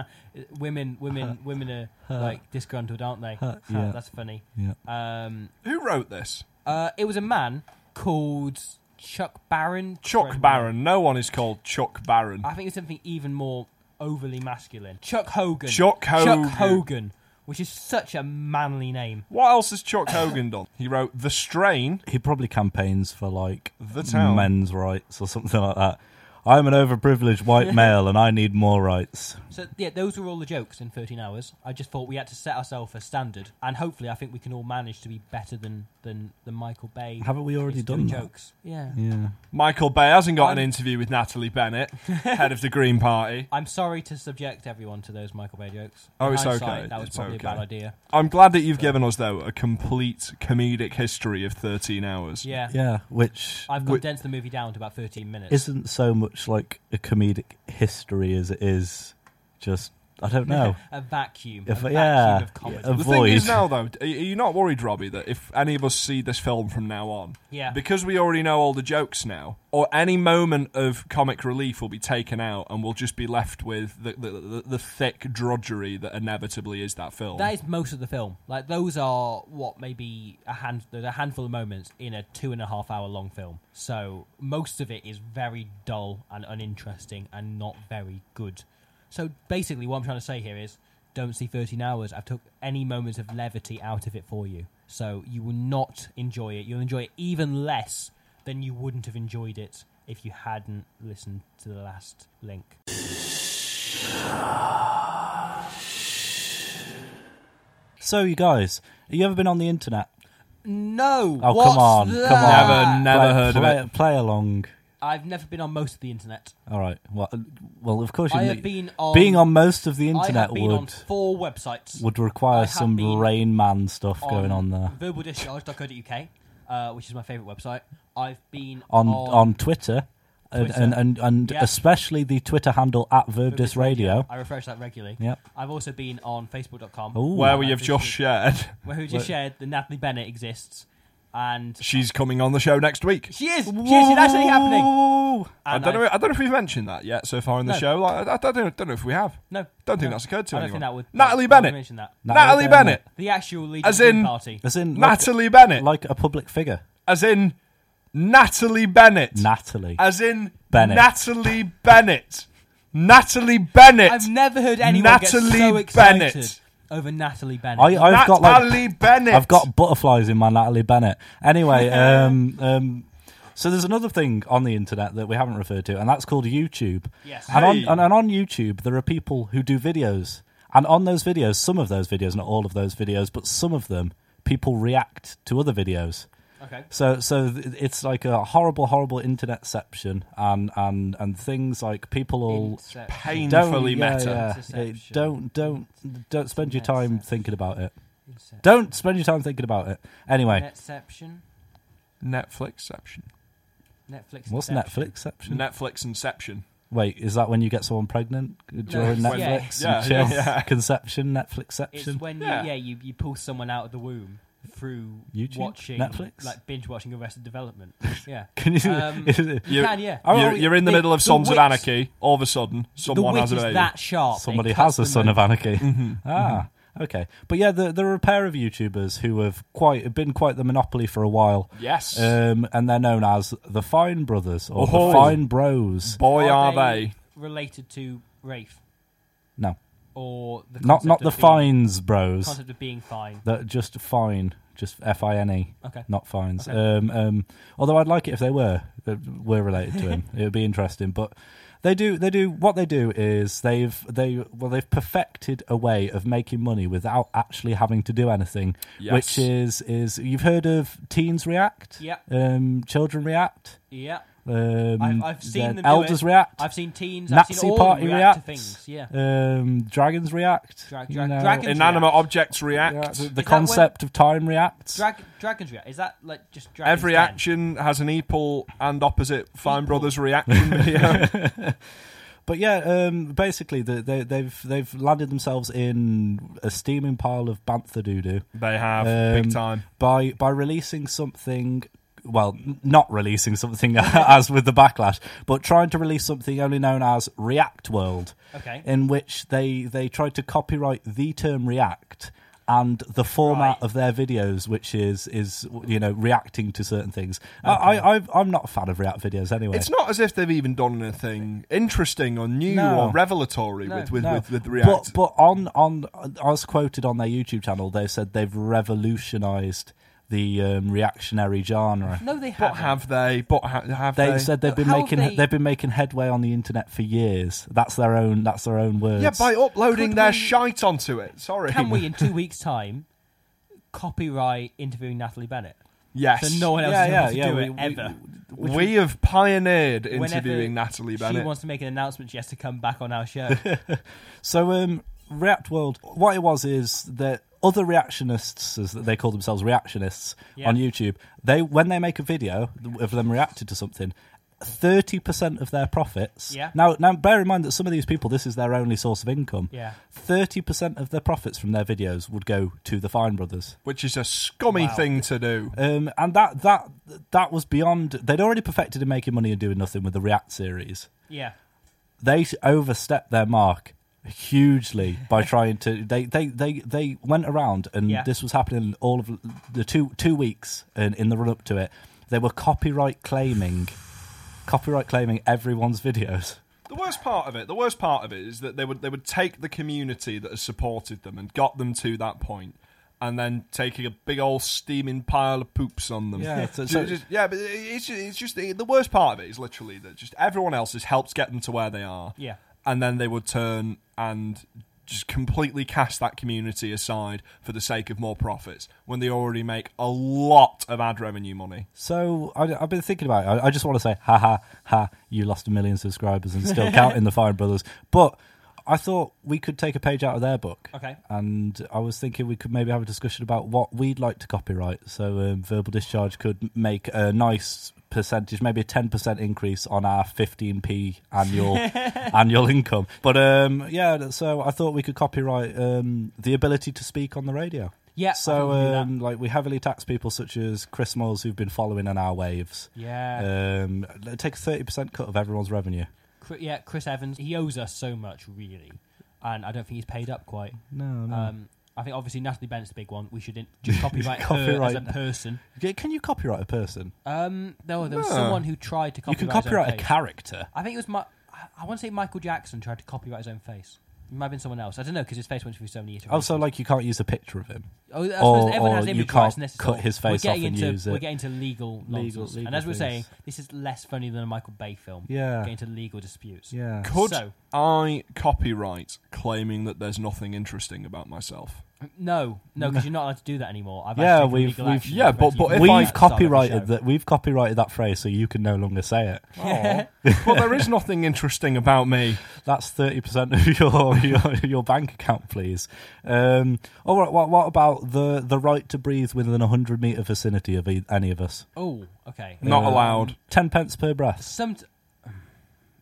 D: women, women, women are like disgruntled, aren't they?
E: Huh, yeah.
D: That's funny.
E: Yeah.
D: Um,
C: Who wrote this?
D: Uh, it was a man called Chuck Barron.
C: Chuck
D: Correct me.
C: Barron. No one is called Chuck Barron.
D: I think it's something even more overly masculine. Chuck Hogan.
C: Chuck Hogan.
D: Chuck Hogan, which is such a manly name.
C: What else has Chuck Hogan done? He wrote The Strain,
E: He probably campaigns for like
C: The Town.
E: men's rights or something like that. I'm an overprivileged white male and I need more rights.
D: So yeah, those were all the jokes in 13 hours. I just thought we had to set ourselves a standard, and hopefully, I think we can all manage to be better than than, than Michael Bay.
E: Haven't we already
D: is doing
E: done that?
D: jokes? Yeah.
E: Yeah.
C: Michael Bay hasn't got an
D: Um,
C: interview with Natalie Bennett, head of the Green Party.
D: I'm sorry to subject everyone to those Michael Bay jokes.
C: Oh,
D: In
C: it's okay.
D: hindsight, That was
C: It's
D: probably
C: okay.
D: a bad idea.
C: I'm glad that you've given us, though, a complete comedic history of 13 hours.
D: Yeah.
E: Yeah, which
D: I've
C: Wi-
D: condensed the movie down to about 13 minutes.
E: isn't so much like a comedic history as it is just, I don't know.
D: a vacuum.
E: If-
D: a
E: yeah.
D: vacuum of comedy.
E: Yeah,
C: The
E: Avoid.
C: thing is now, though, are you not worried, Robbie, that if any of us see this film from now on,
D: Yeah.
C: because we already know all the jokes now, or any moment of comic relief will be taken out and we'll just be left with the, the, the, the thick drudgery that inevitably is that film?
D: That is most of the film. Like those are what maybe a hand there's a handful of moments in a two and a half hour long film. So most of it is very dull and uninteresting and not very good. So basically, what I'm trying to say here is, don't see 13 hours. I've took any moments of levity out of it for you. So you will not enjoy it. You'll enjoy it even less than you wouldn't have enjoyed it if you hadn't listened to the last link.
E: So, you guys, have you ever been on the internet?
D: No.
E: Oh,
D: what's
E: come on. Come
D: that?
C: Never,
E: on.
C: never
E: Like,
C: heard of
E: play,
C: it.
E: Play along.
D: I've never been on most of the internet.
E: All right. Well, uh, well of course you
D: I
E: kn-
D: have been on
E: being on most of the internet
D: I have been
E: would
D: on four websites.
E: would
D: I
E: require
D: have
E: some
D: been
E: Rain Man stuff going on there.
D: Verbaldischarge.co.uk, uh, which is my favourite website. I've been
E: on
D: on,
E: on Twitter, and
D: Twitter.
E: and and, and
D: Yeah.
E: especially the Twitter handle at Verbdis Radio.
D: I refresh that regularly.
E: Yep.
D: I've also been on Facebook.com,
E: Ooh.
C: Where we have
D: That's
C: just
D: it.
C: shared,
D: where who just shared that Natalie Bennett exists, and
C: she's coming on the show next week.
D: she is. She is. It's actually happening.
E: Ooh.
C: I
D: And
C: don't know. I don't know if we've mentioned that yet so far in the
D: No.
C: show. Like, I I don't know. Don't know if we have.
D: No,
C: Don't think
D: no.
C: that's occurred to
D: I don't
C: anyone.
D: think that would.
C: Natalie
D: I wouldn't
C: Bennett.
D: mention that.
C: Natalie Bennett,
D: The actual leader
C: As
D: of the Green
C: in-
D: party.
E: as in like,
C: Natalie Bennett,
E: like a public figure.
C: as in Natalie Bennett,
E: Natalie.
C: as in
E: Bennett.
C: Natalie Bennett, Natalie Bennett,
D: I've never heard anyone get so
C: Natalie
D: excited
C: Bennett.
D: over Natalie Bennett.
E: I, I've got like
C: Natalie Bennett.
E: I've got butterflies in my Natalie Bennett. Anyway, um, um, so there's another thing on the internet that we haven't referred to, and that's called YouTube.
D: Yes.
E: And on
C: Hey.
E: and, and on YouTube, there are people who do videos, and on those videos, some of those videos, not all of those videos, but some of them, people react to other videos.
D: okay.
E: So, so th- it's like a horrible, horrible internetception, and and and things like people all
D: Inception.
C: painfully
E: yeah,
C: meta.
E: yeah, yeah.
D: Interception.
E: don't don't don't spend your time
D: Interception.
E: thinking about it.
D: Inception.
E: Don't spend your time thinking about it. Anyway,
D: Netception.
C: Netflixception.
D: Netflix.
E: what's
D: Inception.
E: Netflixception?
C: Netflix Inception.
E: Wait, is that when you get someone pregnant during
D: it's-
E: Netflix?
C: yeah.
E: and
C: Yeah, yeah,
E: chill?
C: yeah.
E: Conception, Netflixception.
D: It's when
C: Yeah.
D: you, yeah, you, you pull someone out of the womb through
E: YouTube?
D: watching
E: Netflix?
D: like binge watching Arrested Development. Yeah,
E: Can you?
D: Um, you
C: You-
D: can, yeah.
E: Oh,
C: you're, you're in the,
D: the-
C: middle of
D: the
C: Sons of
D: wit-
C: Anarchy. All of a sudden, someone
D: the
C: has a
D: wit
C: baby.
D: is that sharp. it
E: Somebody
D: cuts
E: has a
D: the
E: son
D: mo-
E: of anarchy.
C: Mm-hmm.
E: Ah, okay. But yeah, there, there are a pair of YouTubers who have quite been quite the monopoly for a while.
C: Yes.
E: Um, and they're known as the Fine Brothers or
C: Oh.
E: the Fine Bros.
C: Boy, are
D: Are they
C: they?
D: related to Rafe
E: No,
D: or the
E: not
D: concept
E: not
D: of
E: the
D: being-
E: Fines Bros.
D: concept of being fine?
E: They're just fine, just F I N E.
D: Okay.
E: Not fines.
D: Okay.
E: Um, um, although I'd like it if they were uh, were related to him. it would be interesting. But they do they do what they do is they've they well they've perfected a way of making money without actually having to do anything.
C: Yes.
E: Which is is you've heard of teens react?
D: Yeah.
E: Um, children react.
D: Yeah,
E: Um,
D: I've, I've seen
E: then
D: them. do
E: elders
D: it.
E: react.
D: I've seen teens. I've
E: Nazi
D: seen all of
E: party
D: them react to
E: reacts.
D: things. Yeah.
E: Um, dragons react.
D: Drag-
E: you
D: drag-
E: know.
D: dragons
C: Inanimate
D: react.
C: objects
E: Yeah,
C: react.
E: the the
D: when-
E: concept of time reacts.
D: Drag, dragons react. Is that like just dragons?
C: Every
D: den?
C: action has an equal and opposite Fine Brothers reaction video.
E: But yeah, um, basically the, they, they've they've landed themselves in a steaming pile of bantha doo doo
C: they have
E: Um,
C: big time.
E: by by releasing something. Well, n- not releasing something as with the backlash, but trying to release something only known as React World,
D: Okay.
E: in which they they tried to copyright the term React and the format
D: Right.
E: of their videos, which is is you know reacting to certain things. I, I, I I'm not a fan of react videos anyway.
C: It's not as if they've even done anything interesting or new
E: No.
C: or revelatory
D: No,
C: with, with,
E: No.
C: with, with React.
E: But, but on on as quoted on their YouTube channel, they said they've revolutionised the um, reactionary genre.
D: No, they
C: But
D: haven't.
C: have they? But ha- have
E: They
C: they?
E: said they've been
D: How
E: making
D: they-
E: they... have been making headway on the internet for years. That's their own that's their own words.
C: yeah, by uploading
D: Could
C: their
D: we-
C: shite onto it. Sorry.
D: Can we, in two weeks' time, copyright interviewing Natalie Bennett?
C: Yes.
D: So no one else
E: Yeah,
D: is
E: yeah,
D: able
E: yeah,
D: to do
E: we-
D: it
E: we-
D: ever.
C: we have pioneered
D: Whenever
C: interviewing Natalie
D: She
C: Bennett.
D: wants to make an announcement. She has to come back on our show.
E: So um, React World, what it was is that other reactionists, as they call themselves, reactionists
D: Yeah.
E: on YouTube, they when they make a video of them reacting to something. Thirty percent of their profits.
D: Yeah.
E: Now, now, bear in mind that some of these people, this is their only source of income.
D: Yeah.
E: Thirty percent of their profits from their videos would go to the Fine Brothers.
C: which is a scummy
D: Wow.
C: thing to do.
E: Um, and that that that was beyond. They'd already perfected in making money and doing nothing with the React series.
D: yeah.
E: They overstepped their mark hugely by trying to. They they they, they went around and
D: Yeah.
E: this was happening all of the two two weeks in, in the run up to it. They were copyright claiming, copyright claiming everyone's videos.
C: The worst part of it, the worst part of it is that they would they would take the community that has supported them and got them to that point and then taking a big old steaming pile of poops on them.
E: Yeah, so-
C: Ju-
E: so-
C: just- yeah, but it's just, it's just the worst part of it is literally that just everyone else has helped get them to where they are.
D: Yeah.
C: And then they would turn and just completely cast that community aside for the sake of more profits when they already make a lot of ad revenue money.
E: So I, have been thinking about it. I, I just want to say, ha ha ha! You lost a million subscribers and still counting the Fine Brothers. But I thought we could take a page out of their book.
D: Okay.
E: And I was thinking we could maybe have a discussion about what we'd like to copyright. So um, verbal discharge could make a nice percentage, maybe a ten percent increase on our fifteen p annual annual income. But um, yeah, so I thought we could copyright um, the ability to speak on the radio.
D: Yeah, I think
E: So
D: we can do that.
E: um, like we heavily tax people such as Chris Moores who've been following on our waves.
D: Yeah.
E: Um, take a thirty percent cut of everyone's revenue.
D: Chri- yeah. Chris Evans. He owes us so much, really, and I don't think he's paid up quite.
E: No, no.
D: Um, I think obviously Natalie Bennett's the big one. We should in- just copyright, her as
E: Copyright.
D: a person.
E: C- Can you copyright a person?
D: Um, no, there was
C: No.
D: someone who tried to
E: you
D: copyright.
E: can
D: his own
E: copyright a
D: face.
E: character.
D: I think it was my. I want to say Michael Jackson tried to copyright his own face. It might have been someone else. I don't know because his face went through so many iterations.
E: Also, like you can't use a picture of him.
D: Oh, that's
E: Or-
D: because everyone
E: or
D: has
E: you
D: image
E: can't
D: rights, and this is
E: cut
D: all-
E: his
D: we're
E: face off
D: getting
E: and
D: into,
E: use
D: We're
E: it.
D: getting into legal nonsense,
E: legal
D: and as we're saying,
E: things.
D: this is less funny than a Michael Bay film.
E: Yeah.
D: getting into legal disputes.
E: Yeah.
C: Could
D: So-
C: I copyright claiming that there's nothing interesting about myself?
D: No, no, because you're not allowed to do that anymore. I've
E: Yeah,
D: actually taken
E: we've-
D: legal
E: we've-
D: action
C: yeah,
D: against
C: but- but
D: you
C: if
D: for
E: we've
C: I-
D: that
E: copyrighted
D: side of the show.
E: that. We've copyrighted that phrase, so you can no longer say it.
C: Oh. well, there is nothing interesting about me.
E: That's thirty percent of your, your your bank account, please. Um, all right. What, what about the the right to breathe within a hundred meter vicinity of e- any of us? Uh,
D: Oh, okay.
C: Not allowed.
E: Ten pence per breath.
D: Some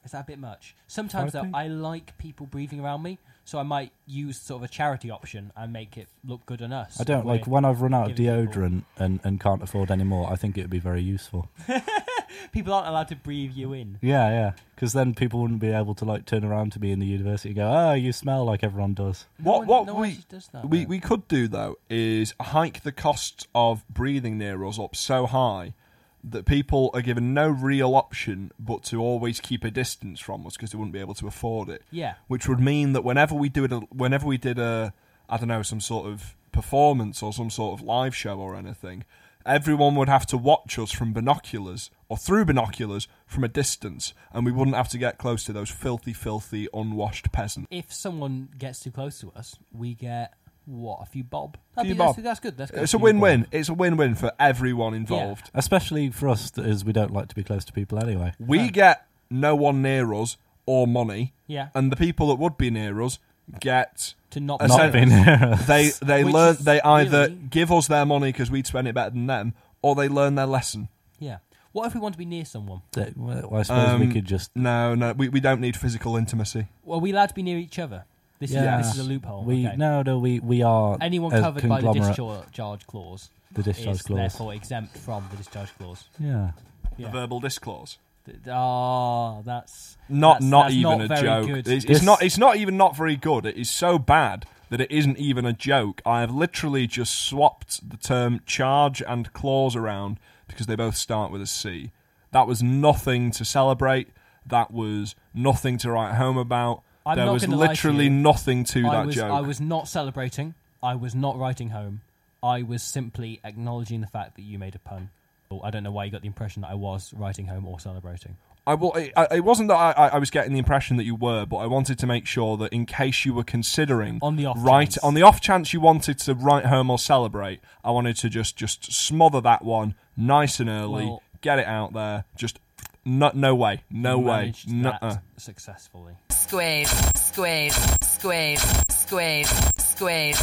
D: is that a bit much? Sometimes though,
E: Therapy?
D: I like people breathing around me, so I might use sort of a charity option and make it look good on us.
E: I don't
D: We're
E: like when I've run out of
D: giving people-
E: deodorant and, and can't afford any more. I think it would be very useful.
D: people aren't allowed to breathe you in.
E: Yeah, yeah. Because then people wouldn't be able to like turn around to me in the university and go, "Oh, you smell like everyone does."
D: No
C: What
D: one-
C: what
D: no one
C: we,
D: actually does that,
C: we
D: though.
C: we could do though is hike the costs of breathing near us up so high that people are given no real option but to always keep a distance from us because they wouldn't be able to afford it.
D: Yeah.
C: which would mean that whenever we do it, whenever we did a, I don't know, some sort of performance or some sort of live show or anything, everyone would have to watch us from binoculars or through binoculars from a distance, and we wouldn't have to get close to those filthy, filthy, unwashed peasants.
D: If someone gets too close to us, we get what a few bob. That'd
C: Few
D: be-
C: bob.
D: That's, that's good. That's good.
C: It's a win-win. It's a win-win for everyone involved.
E: Especially for us, that is we don't like to be close to people anyway.
C: We get no one near us or money,
D: Yeah.
E: Uh,
C: and the people that would be near us get
D: to not,
C: A
D: breathe.
E: Not being near us.
C: they they
D: Which
C: learn
D: is
C: they either
D: really-
C: give us their money because we'd spend it better than them or they learn their lesson
D: Yeah. What if we want to be near someone?
E: That- Uh, well, I suppose we
C: Um,
E: could just.
C: no no we, we don't need physical intimacy
D: Well, are we allowed to be near each other? This is this is a loophole.
E: We
D: Oh, okay.
E: no, no, we we are
D: Anyone
E: a
D: covered by the
E: conglomerate.
D: discharge clause
E: The discharge
D: is
E: clause.
D: therefore exempt from the discharge clause.
E: Yeah.
D: Yeah.
C: the verbal disclause
D: Th- Ah, that's
C: not
D: that's-
C: not
D: that's
C: even
D: not
C: a
D: very
C: joke
D: good.
C: it's, it's
E: This-
C: not it's not even not very good it is so bad that it isn't even a joke. I have literally just swapped the term charge and clause around because they both start with a C. That was nothing to celebrate. That was nothing to write home about.
D: I'm
C: there
D: not
C: was
D: gonna lie to
C: literally
D: you.
C: nothing to
D: I
C: that
D: was,
C: joke.
D: I was not celebrating. I was not writing home. I was simply acknowledging the fact that you made a pun. Oh, I don't know why you got the impression that I was writing home or celebrating.
C: I will. I, I- it wasn't that I, I- I was getting the impression that you were, but I wanted to make sure that in case you were considering
D: On the off
C: right
D: chance.
C: on the off chance you wanted to write home or celebrate, I wanted to just just smother that one nice and early,
D: Well-
C: get it out there. Just no, no way, no way,
D: Managed that
C: nuh
D: successfully.
A: Squid, squid, squid, squid, squid.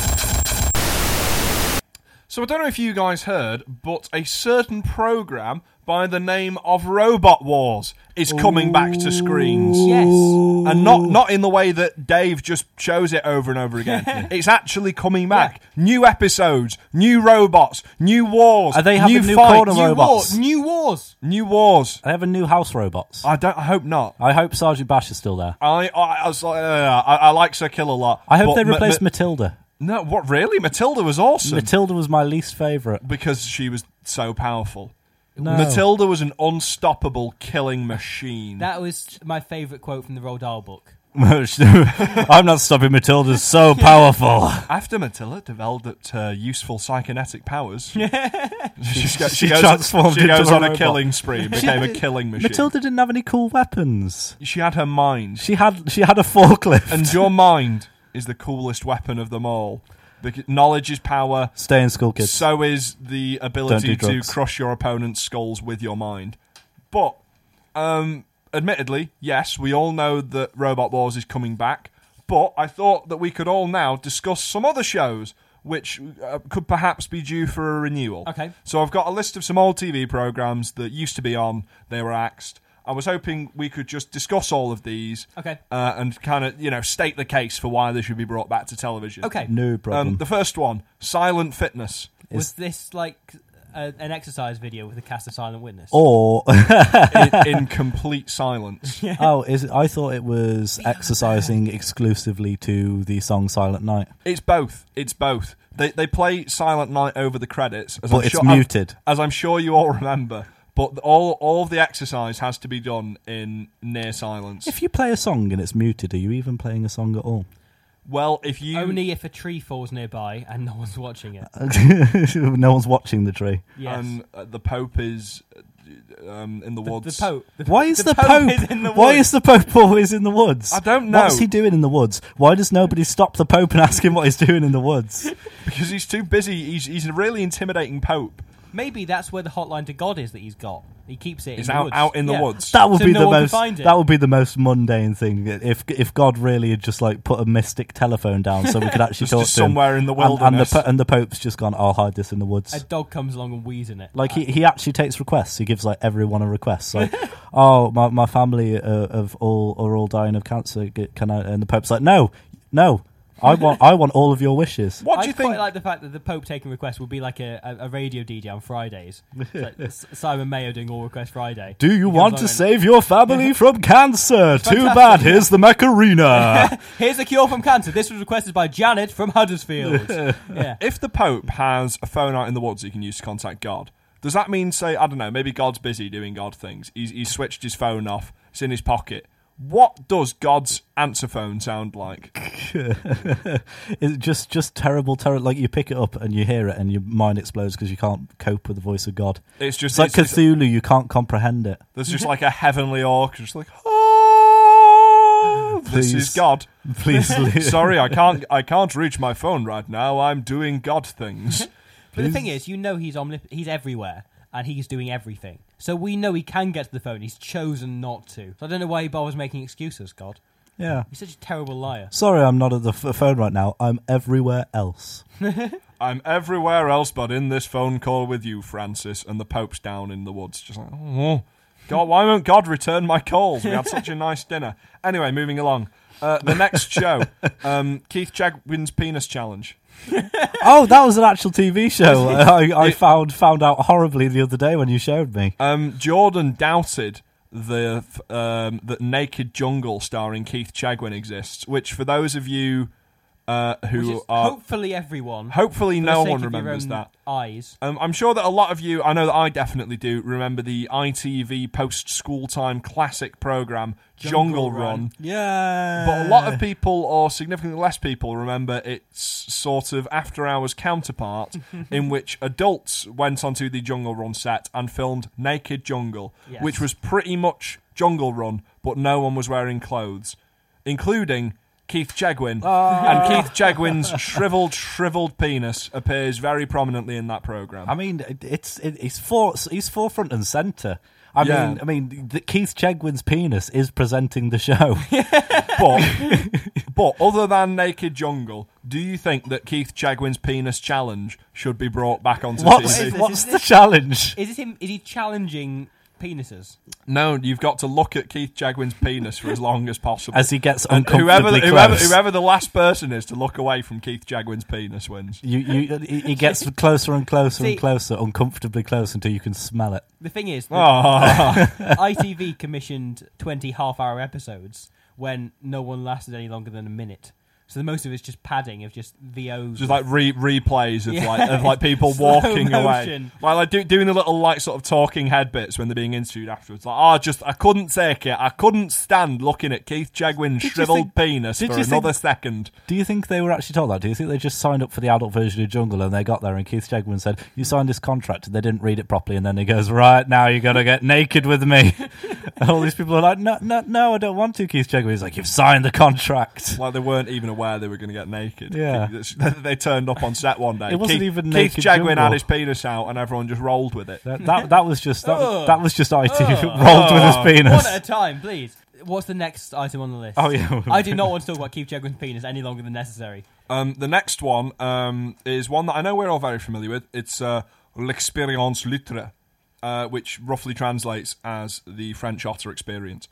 C: So I don't know if you guys heard, but a certain program by the name of Robot Wars is coming back to screens.
D: Yes.
C: and not not in the way that Dave just shows it over and over again. it's actually coming back. New episodes, new robots, new wars.
E: Are they having new
C: fights,
E: corner
C: new
E: robots?
C: war-
D: New wars.
C: new wars.
E: They have a new house robots.
C: I don't. I hope not.
E: I hope Sergeant Bash is still there.
C: I I, I was like, uh, I, I like Sir Kill a lot.
E: I hope
C: but
E: they
C: Ma-
E: replace
C: Ma-
E: Matilda.
C: no, what really? Matilda was awesome
E: Matilda was my least favorite.
C: because she was so powerful.
E: No.
C: Matilda was an unstoppable killing machine.
D: That was my favourite quote from the Roald Dahl book.
E: I'm not stopping Matilda's so powerful.
C: After Matilda developed her useful psychonetic powers, she, go-
E: she transformed
C: she
E: into
C: goes
E: a
C: on a
E: robot.
C: killing spree, and became a killing machine.
E: Matilda didn't have any cool weapons.
C: she had her mind,
E: She had she had a forklift.
C: and your mind is the coolest weapon of them all. Because knowledge is power.
E: Stay in school, kids.
C: So is the ability
E: do
C: to
E: drugs.
C: crush your opponent's skulls with your mind. But, um, admittedly, yes, we all know that Robot Wars is coming back. But I thought that we could all now discuss some other shows which uh, could perhaps be due for a renewal.
D: Okay.
C: So I've got a list of some old TV programs that used to be on. They were axed. I was hoping we could just discuss all of these.
D: Okay.
C: Uh, and kind of, you know, state the case for why they should be brought back to television.
D: Okay.
E: no
C: Um,
E: problem.
C: the first one, Silent Fitness.
D: Was this like a, an exercise video with a cast of silent witness?
E: or
C: in, in complete silence.
E: oh, is it, I thought it was exercising exclusively to the song Silent Night.
C: It's both. It's both. They they play Silent Night over the credits, as
E: But
C: I'm
E: it's
C: sure,
E: muted.
C: I'm- as I'm sure you all remember. But all all of the exercise has to be done in near silence.
E: If you play a song and it's muted, are you even playing a song at all?
C: well, if you
D: Only if a tree falls nearby and no one's watching it.
E: no one's watching the tree.
D: Yes.
C: and uh, the Pope is uh, um, in the,
D: the, the
C: woods.
D: Pope. The,
E: Why is the, Pope?
D: is in the
E: why
D: woods.
E: is the Pope always in the woods?
C: I don't know.
E: What's he doing in the woods? Why does nobody stop the Pope and ask him what he's doing in the woods?
C: because he's too busy. He's he's a really intimidating Pope.
D: Maybe that's where the hotline to God is that he's got. He keeps it.
C: He's
D: in the
C: out
D: woods.
C: out in the
D: Yeah.
C: woods.
E: That would
D: So
E: be
D: no
E: the
D: one can
E: most.
D: find it.
E: That would be the most mundane thing. If if God really had just like put a mystic telephone down so we could actually
C: Just-
E: talk
C: just
E: to him
C: somewhere in the
E: And- and,
C: wilderness.
E: the po- and the Pope's just gone. I'll hide this in the woods.
D: A dog comes along and wheezes in it.
E: like he, he actually takes requests. He gives like everyone a request. Like, oh my my family uh, of all are all dying of cancer. G- Can I? And the Pope's like, no, no. I want I want all of your wishes.
C: What
D: I
C: do you
D: quite
C: think?
D: like the fact that the Pope taking requests would be like a, a, a radio DJ on Fridays. It's like S- Simon Mayo doing All Request Friday.
E: Do you
D: He
E: want
D: comes
E: to
D: on
E: save your family from cancer? Too bad. Here's the Macarena.
D: and, Here's a cure from cancer. This was requested by Janet from Huddersfield. yeah.
C: if the Pope has a phone out in the woods he can use to contact God, does that mean, say, I don't know, maybe God's busy doing God things? He's, he's switched his phone off, it's in his pocket. What does God's answer phone sound like?
E: it's just just terrible, terrible. Like you pick it up and you hear it, and your mind explodes because you can't cope with the voice of God.
C: It's
E: It's
C: just
E: like
C: it's- it's-
E: Cthulhu. You can't comprehend it.
C: there's just like a heavenly orc, just like, oh, this is
E: Please.
C: God.
E: Please, leave.
C: Sorry, I can't I can't reach my phone right now. I'm doing God things.
D: But the thing is, you know he's omnip- he's everywhere and he's doing everything. So we know he can get to the phone. He's chosen not to. So I don't know why he bothers making excuses, God.
E: yeah.
D: He's such a terrible liar.
E: Sorry, I'm not at the f- phone right now. I'm everywhere else.
C: I'm everywhere else but in this phone call with you, Francis. And the Pope's down in the woods, just like, oh, God, why won't God return my calls? We had such a nice dinner. Anyway, moving along. Uh, the next show, um, Keith Chagwin's Penis Challenge.
E: Oh, that was an actual TV show. I, I found found out horribly the other day when you showed me.
C: Um, Jordan doubted the f- um, that Naked Jungle starring Keith Chagwin exists, which for those of you uh,
D: Which
C: who
D: is
C: are
D: hopefully everyone.
C: hopefully
D: for the
C: no
D: sake
C: one
D: of your
C: remembers
D: own
C: that.
D: Eyes.
C: Um, I'm sure that a lot of you, I know that I definitely do, remember the ITV post school time classic program Jungle,
D: Jungle
C: Run.
D: Run.
E: Yeah.
C: But a lot of people, or significantly less people, remember its sort of after hours counterpart, in which adults went onto the Jungle Run set and filmed Naked Jungle,
D: Yes.
C: which was pretty much Jungle Run, but no one was wearing clothes, including. Keith Chegwin
D: Ah.
C: and Keith Chegwin's shriveled, shriveled penis appears very prominently in that program.
E: I mean, it- it's it, it's for he's forefront and center. I
C: Yeah.
E: mean, I mean, the, Keith Chegwin's penis is presenting the show.
C: But, but other than Naked Jungle, do you think that Keith Chagwin's penis challenge should be brought back onto
E: what's
C: TV?
D: this?
E: what's
D: Is
E: the challenge?
D: Is it him? Is he challenging penises?
C: No, you've got to look at Keith Chagwin's penis for as long as possible.
E: As he gets
C: and whoever,
E: uncomfortably
C: whoever,
E: close.
C: whoever the last person is to look away from Keith Chagwin's penis wins.
E: You, you, he he gets closer and closer
D: See-
E: and closer, uncomfortably close until you can smell it.
D: The thing is, the
C: Oh,
D: ITV commissioned 20 half hour episodes when no one lasted any longer than a minute. So the most of it's just padding of just VOs.
C: just like re- replays of
D: Yeah.
C: like of like people
D: Slow
C: walking away,
D: motion.
C: like, like do, doing the little like sort of talking head bits when they're being interviewed afterwards. Like, oh, just I couldn't take it. I couldn't stand looking at Keith Chagwin's
E: you
C: shriveled
E: think-
C: penis
E: did
C: for
E: you think-
C: another second.
E: Do you think they were actually told that? Do you think they just signed up for the adult version of Jungle and they got there and Keith Chegwin said, "You signed this contract." They didn't read it properly, and then he goes, "Right now, you got to get naked with me." and all these people are like, "No, no, no, I don't want to." Keith Chegwin is like, "You've signed the contract."
C: Like they weren't even aware they were going to get naked.
E: Yeah.
C: they, they turned up on set one day.
E: It wasn't
C: Keith,
E: even
C: Keith
E: naked
C: Chagwin had
E: jungle.
C: his penis out, and everyone just rolled with it.
E: That, that, that was just that,
D: Ugh.
E: that was just IT
D: Ugh.
E: rolled with his penis.
D: One at a time, please. What's the next item on the list?
E: Oh, yeah.
D: I do not want to talk about Keith Jagwin's penis any longer than necessary.
C: Um, the next one um, is one that I know we're all very familiar with. It's uh, l'expérience lutre, uh, which roughly translates as the French otter experience.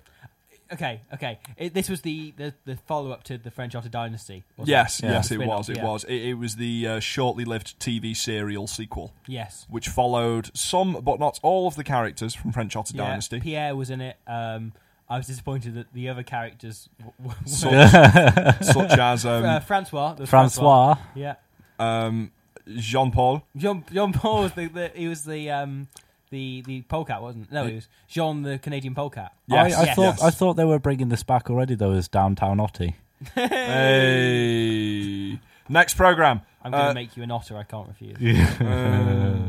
D: Okay, okay. It, this was the, the, the follow up to the French Otter Dynasty. wasn't
C: Yes,
E: Yeah.
C: yes, it
D: Spin-off,
C: was. It
D: yeah.
C: was. It, it was the uh, shortly-lived TV serial sequel,
D: it? Yes.
C: which followed some but not all of the characters from French Otter
D: Yeah,
C: Dynasty.
D: Pierre was in it. Um, I was disappointed that the other characters. W- w-
C: such, such as um,
D: uh, Francois. there was
E: Francois,
D: Yeah.
C: um, Jean Paul.
D: Jean Jean Paul was the, the he was the um the the polecat wasn't it? no he was Jean the Canadian polecat.
C: Yes,
E: I, I
D: yes.
E: thought
C: yes.
E: I thought they were bringing this back already though as Downtown Otty.
C: Hey. Next program.
D: I'm gonna
C: Uh,
D: make you an otter. I can't refuse.
C: The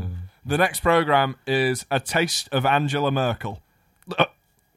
C: next program is a taste of Angela Merkel.
E: Uh.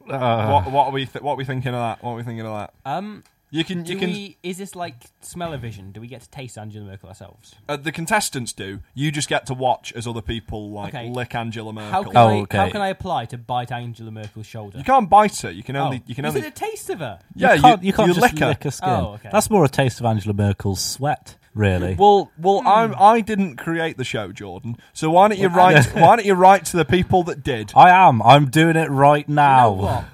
C: what, what are we th- what are we thinking of that? What are we thinking of that?
D: Um,
C: You can
D: do
C: you can
D: we, is this like smell-o-vision? Do we get to taste Angela Merkel ourselves?
C: uh, the contestants do. You just get to watch as other people like
D: Okay.
C: lick Angela Merkel.
D: How can
E: Oh,
D: I
E: okay.
D: how can I apply to bite Angela Merkel's shoulder?
C: you can't bite her. You can only
D: Oh,
C: you can
D: is
C: only
D: it a taste of her?
C: yeah
E: you can't, you can't just
C: lick her.
E: skin.
D: Oh, okay.
E: That's more a taste of Angela Merkel's sweat, really.
C: Well,
D: Hmm.
C: well, I'm, I didn't create the show, Jordan. So why don't you write? why don't you write to the people that did?
E: I am. I'm doing it right
D: You
E: now.
D: know what?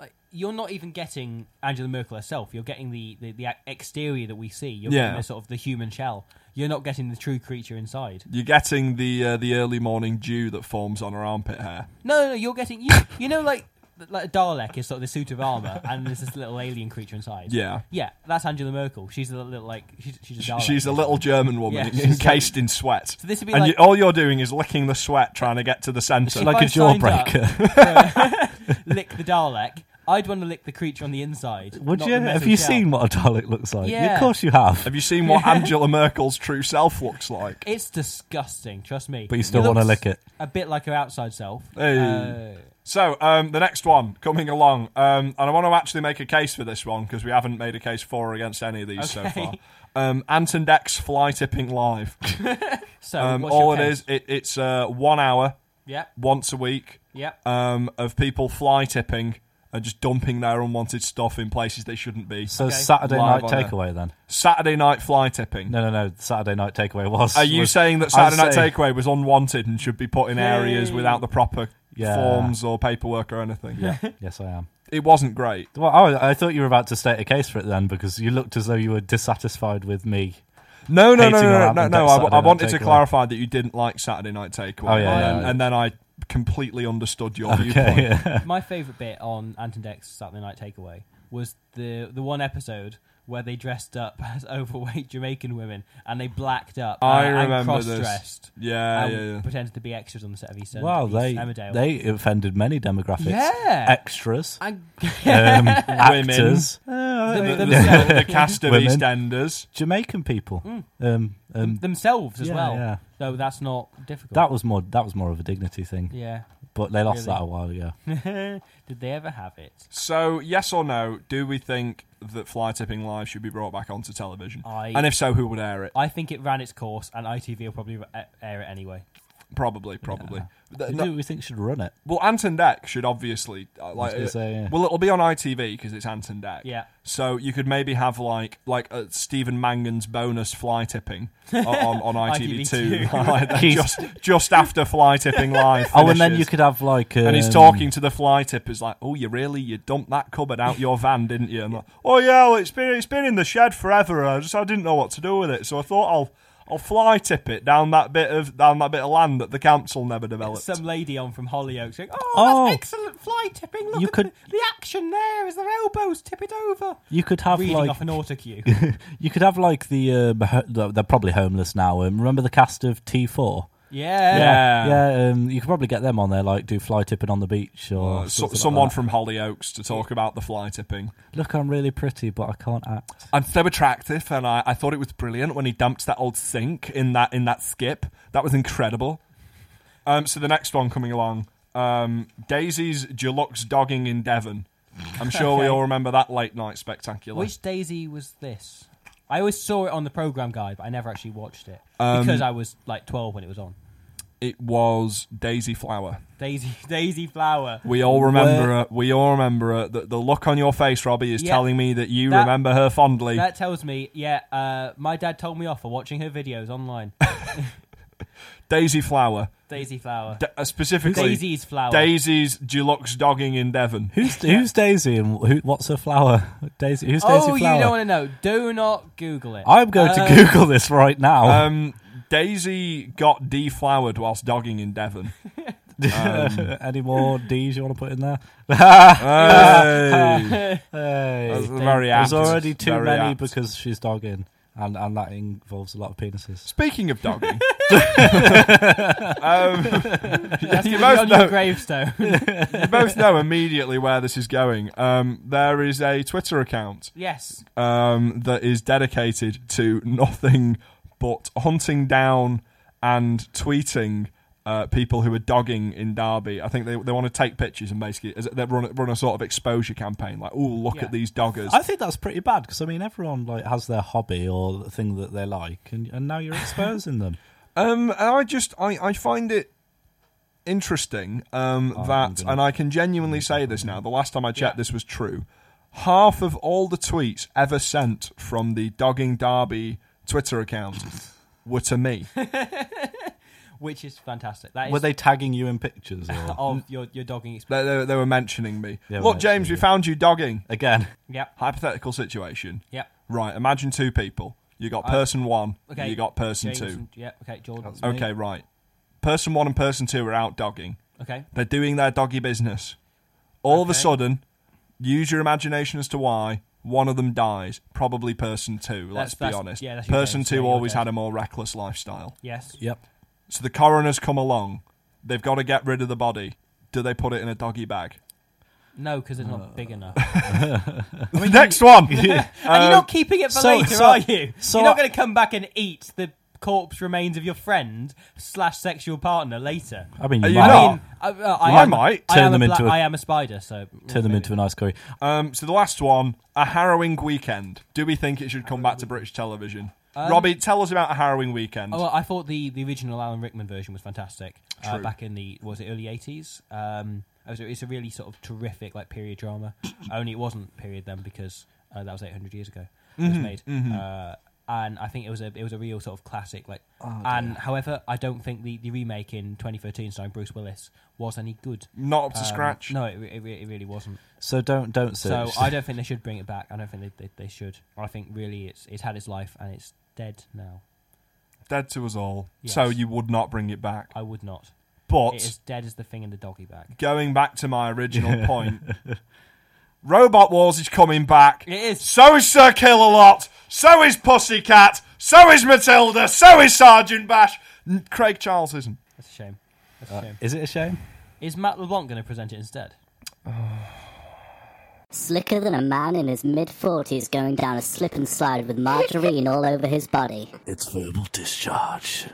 D: Like, You're not even getting Angela Merkel herself. You're getting the, the, the exterior that we see. You're
C: Yeah.
D: getting the sort of the human shell. You're not getting the true creature inside.
C: You're getting the uh, the early morning dew that forms on her armpit hair.
D: No, no, no, you're getting you. You know, like like a Dalek is sort of the suit of armor, and there's this little alien creature inside.
C: Yeah.
D: yeah, that's Angela Merkel. She's a little like she's, she's a Dalek.
C: She's a little German woman
D: Yeah, she's
C: encased in sweat.
D: So this would be
C: and
D: like-
C: you, all you're doing is licking the sweat, trying to get to the centre.
D: If
E: like
D: I
E: a
D: signed up
E: jawbreaker.
D: to lick the Dalek. I'd want to lick the creature on the inside.
E: Would
D: not
E: you?
D: the
E: Have
D: metal
E: you
D: shell.
E: seen what a Dalek looks like?
D: Yeah.
E: Of course you have.
C: Have you seen what Angela Merkel's true self looks like?
D: It's disgusting. Trust me.
E: But you still wanna
D: looks
E: lick it.
D: A bit like her outside self.
C: Hey.
D: Uh,
C: So um, the next one coming along, um, and I want to actually make a case for this one because we haven't made a case for or against any of these so
D: Okay.
C: far. Um, Anton Deck's fly tipping live.
D: so
C: Um,
D: what's
C: all
D: your
C: it
D: case?
C: is, it, it's uh, one hour
D: Yep.
C: once a week
D: Yep.
C: um, of people fly tipping and just dumping their unwanted stuff in places they shouldn't be.
E: So
D: Okay.
E: Saturday
C: Live
E: night
C: on air.
E: takeaway then?
C: Saturday night fly tipping.
E: No, no, no. Saturday night takeaway was.
C: Are you
E: was-
C: saying that
E: I'd
C: Saturday Night
E: say-
C: Takeaway was unwanted and should be put in areas
D: Yay.
C: without the proper
E: Yeah.
C: forms or paperwork or anything? Yeah.
E: Yes, I am.
C: it wasn't great.
E: Well, oh, I, I thought you were about to state a case for it then because you looked as though you were dissatisfied with me.
C: No, no, no, no,
E: Hating
C: no, no,
E: on Adam
C: no.
E: Deck's
C: I,
E: Saturday
C: I
E: Night
C: wanted to
E: Takeaway.
C: clarify that you didn't like Saturday Night Takeaway.
E: Oh, yeah,
C: and,
E: yeah,
C: then,
E: yeah.
C: and then I completely understood your viewpoint.
E: Okay. yeah.
D: My favourite bit on Anton Deck's Saturday Night Takeaway was the the one episode where they dressed up as overweight Jamaican women and they blacked up
C: I
D: and,
C: remember
D: and
C: this.
D: cross-dressed
C: Yeah,
E: Um,
D: and
C: yeah, yeah.
D: pretended to be extras on the set of East End.
E: Wow,
D: East
E: they
D: Emmerdale.
E: they offended many demographics.
D: Yeah.
E: Extras,
D: And-
E: um,
C: Women.
E: actors,
C: the, the,
D: themselves.
C: the, cast of
E: Women.
C: EastEnders.
E: Jamaican people. Um, um,
D: themselves as
E: Yeah,
D: well.
E: yeah.
D: So that's not difficult.
E: that was more that was more of a dignity thing,
D: yeah.
E: but they lost
D: Really?
E: that a while ago.
D: Did they ever have it?
C: So, yes or no, do we think that fly tipping live should be brought back onto television?
D: I-
C: and if so, who would air it?
D: I think it ran its course, and ITV will probably uh, air it anyway.
C: Probably, probably. Th-
E: Who
C: no-
E: do we think should run it?
C: Well, Anton Deck should obviously uh, like.
E: gonna
C: uh,
E: say, yeah.
C: Well, it'll be on ITV because it's Anton Deck.
D: Yeah.
C: So you could maybe have like like a Stephen Mangan's bonus fly tipping o- on, on ITV two,
D: ITV2.
C: like that,
E: He's-
C: just just after fly tipping live.
E: Oh, and then you
C: finishes.
E: could have like. Um,
C: And he's talking to the fly tippers like, "Oh, you really you dumped that cupboard out your van, didn't you?" And like, "Oh yeah, well, it's been it's been in the shed forever. I just I didn't know what to do with it, so I thought I'll I'll fly tip it down that bit of down that bit of land that the council never developed."
D: Some lady on from Hollyoaks going, "Oh,
E: Oh.
D: that's excellent fly tipping! Look
E: You
D: at
E: could-
D: the, the action there as their elbows tip it over."
E: You could have
D: Reading
E: like
D: off an auto cue.
E: you could have like the um, ho- they're they're probably homeless now. Um, remember the cast of T four?
D: yeah.
C: Yeah.
E: yeah. Um, you could probably get them on there, like do fly tipping on the beach
C: Oh,
E: or
C: So-
E: something like
C: someone
E: that.
C: from Hollyoaks to talk about the fly tipping.
E: Look, I'm really pretty, but I can't act.
C: I'm so attractive, and I, I thought it was brilliant when he dumped that old sink in that in that skip. That was incredible. Um, so the next one coming along, um, Daisy's Deluxe dogging in Devon. I'm sure we
D: Okay.
C: all remember that late night spectacular.
D: Which Daisy was this? I always saw it on the program guide, but I never actually watched it
E: Um,
D: because I was like 12 when it was on.
C: it was Daisy Flower.
D: Daisy, Daisy Flower.
C: We all remember
E: Where-
C: her. We all remember her. The, the look on your face, Robbie, is
D: Yeah.
C: telling me that you
D: That-
C: remember her fondly.
D: That tells me, yeah, uh, my dad told me off for watching her videos online.
C: Daisy Flower,
D: Daisy Flower.
C: Da- uh, specifically
D: Daisy's Flower.
C: Daisy's Deluxe dogging in Devon.
E: Who's who's Daisy and who, what's her flower? Daisy. Who's Daisy
D: oh, you
E: flower?
D: don't want to know. Do not Google it.
E: I'm going to
D: Uh,
E: Google this right now.
C: Um, Daisy got deflowered whilst dogging in Devon. um,
E: Any more D's you want to put in there?
C: Hey.
E: Hey.
C: Uh, That's very apt.
E: There's already too
C: Very
E: many
C: apt.
E: because she's dogging, and and that involves a lot of penises.
C: Speaking of dogging, um,
D: That's
C: You
D: you
C: both
D: on your
C: know.
D: gravestone.
C: you both know immediately where this is going. Um, there is a Twitter account
D: yes.
C: um, that is dedicated to nothing but hunting down and tweeting uh, people who are dogging in Derby. I think they, they want to take pictures and basically as- they run, run a sort of exposure campaign like, oh, look
D: Yeah.
C: at these doggers.
E: I think that's pretty bad because I mean everyone like has their hobby or the thing that they like, and and now you're exposing them.
C: Um, and I just I, I find it interesting um,
E: I'm
C: that,
E: gonna-
C: and I can genuinely say this now. The last time I checked, this was true. Half of all the tweets ever sent from the Dogging Derby Twitter account were to me.
D: Which is fantastic. That is
E: Were they Mm. tagging you in pictures or
D: of your, your dogging experience.
C: they, they, they were mentioning me.
E: Yeah,
C: Look,
E: mentioning
C: James, we
E: you.
C: found you dogging.
E: again?
D: Yep.
C: Hypothetical situation.
D: Yep.
C: Right. Imagine two people. You got person one.
D: Uh, Okay.
C: You got person
D: James
C: two.
D: and- Yeah. Okay. Jordan.
E: That's-
C: Okay. Right. Person one and person two are out dogging.
D: Okay.
C: They're doing their doggy business. All of a
D: Okay.
C: sudden, use your imagination as to why one of them dies. Probably person two. Let's
D: That's-
C: be
D: that's-
C: honest.
D: yeah, that's your
C: person
D: guess. Yeah,
C: two
D: your
C: always
D: guess.
C: had a more reckless lifestyle.
D: Yes.
E: Yep.
C: So the coroners come along. They've got to get rid of the body. Do they put it in a doggy bag?
D: No, because it's not
E: Uh,
D: big enough.
C: Next one.
D: and you're not keeping it for
E: um, so-
D: later,
E: so-
D: are you?
E: so
D: you're not
E: I-
D: going to come back and eat the corpse remains of your friend slash sexual partner later.
E: I mean,
C: Are
E: you
C: you
E: might
C: not?
D: I mean, I, uh, I,
C: I
D: am,
C: might
D: I
E: turn
D: am
E: them
D: a bla-
E: into a-
D: I am a spider, so
E: turn them into a nice curry.
C: Um, so the last one, a harrowing weekend. Do we think it should come back to British television? Robbie, tell us about a harrowing weekend.
D: Um, Oh, well, I thought the, the original Alan Rickman version was fantastic. Uh,
C: True.
D: back in the was it early eighties? Um, it was- it's a really sort of terrific like period drama. Only it wasn't period then because uh, that was eight hundred years ago. It
C: Mm-hmm,
D: was made, uh, and I think it was a it was a real sort of classic. Like,
C: Oh,
D: and however, I don't think the, the remake in 2013 starring Bruce Willis was any good.
C: Not up to
D: Um,
C: scratch.
D: No, it, re- it, re- it really wasn't.
E: So don't don't
D: So
E: search.
D: I don't think they should bring it back. I don't think they, they, they should. I think really it's it's had its life and it's dead now.
C: Dead to us all. So
D: Yes.
C: you would not bring it back.
D: I would not.
C: But
D: It is dead as the thing in the doggy bag.
C: going back to my original point, Robot Wars is coming back.
D: It is.
C: So is Sir Kill a Lot. So is Pussycat. So is Matilda. So is Sergeant Bash. N- Craig Charles isn't.
D: That's a shame. That's
C: Uh,
D: a shame.
E: Is it a shame?
D: Is Matt LeBlanc going to present it instead?
F: Slicker than a man in his mid 40s going down a slip and slide with margarine all over his body.
E: It's verbal discharge.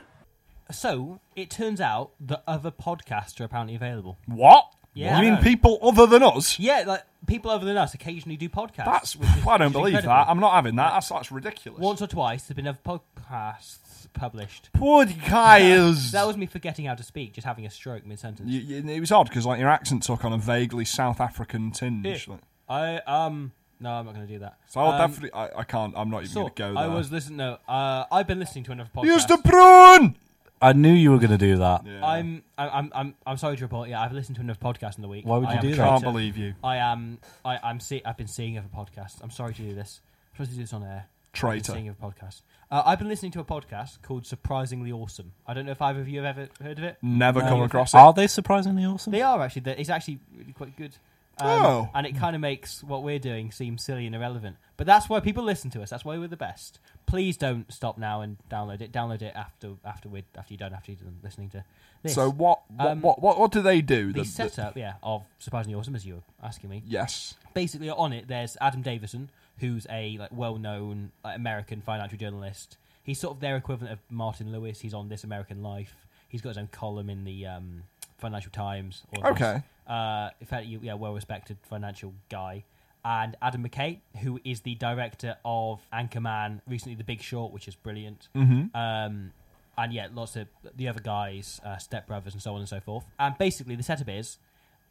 D: So it turns out that other podcasts are apparently available.
C: What?
D: Yeah.
C: You mean people other than us?
D: Yeah, like people other than us occasionally do podcasts.
C: That's.
D: which is
C: I don't believe
D: incredible.
C: that. I'm not having that. That's, that's ridiculous.
D: Once or twice, there've been other podcasts published.
C: Podcast.
D: That was me forgetting how to speak, just having a stroke mid sentence.
C: You- you- it was odd because like your accent took on a vaguely South African tinge. Like,
D: I um no, I'm not going to do that.
C: South
D: Um,
C: Africa. I, I can't. I'm not even
D: so
C: going to go there.
D: I was listening. No, uh, I've been listening to another podcast.
C: Use the prune.
E: I knew you were going to do that.
D: I'm, I'm I'm I'm I'm sorry to report. Yeah, I've listened to another podcast in the week.
E: Why would
D: I
E: you
D: am
E: do that?
D: trying
C: Can't
D: to-
C: believe you,
D: I am. I, I'm. See, I've been seeing other podcasts. I'm sorry to do this. I'm supposed to do this on air. I've been
C: traitor.
D: seeing other podcasts. Uh, I've been listening to a podcast called Surprisingly Awesome. I don't know if either of you have ever heard of it.
C: Never come across it.
E: Are they surprisingly awesome?
D: They are actually. They're- It's actually really quite good. Um,
C: Oh.
D: And it kind of makes what we're doing seem silly and irrelevant. But that's why people listen to us. That's why we're the best. Please don't stop now and download it. Download it after after we after you're done after you're done listening to this.
C: So what? What,
D: Um,
C: what? What? What do they do?
D: the,
C: The- the-
D: setup, yeah, of surprisingly awesome as you were asking me.
C: yes.
D: basically on it there's adam davison who's a like well-known like, american financial journalist he's sort of their equivalent of martin lewis he's on this american life he's got his own column in the um, financial times all of this.
C: Okay.
D: uh, in fact you- yeah well-respected financial guy and adam mckay who is the director of anchorman recently the big short which is brilliant um, and yeah, lots of the other guys, uh, stepbrothers, and so on and so forth. And basically, the setup is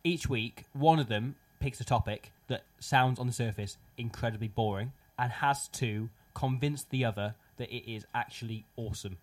D: each week, one of them picks a topic that sounds on the surface incredibly boring and has to convince the other that it is actually awesome.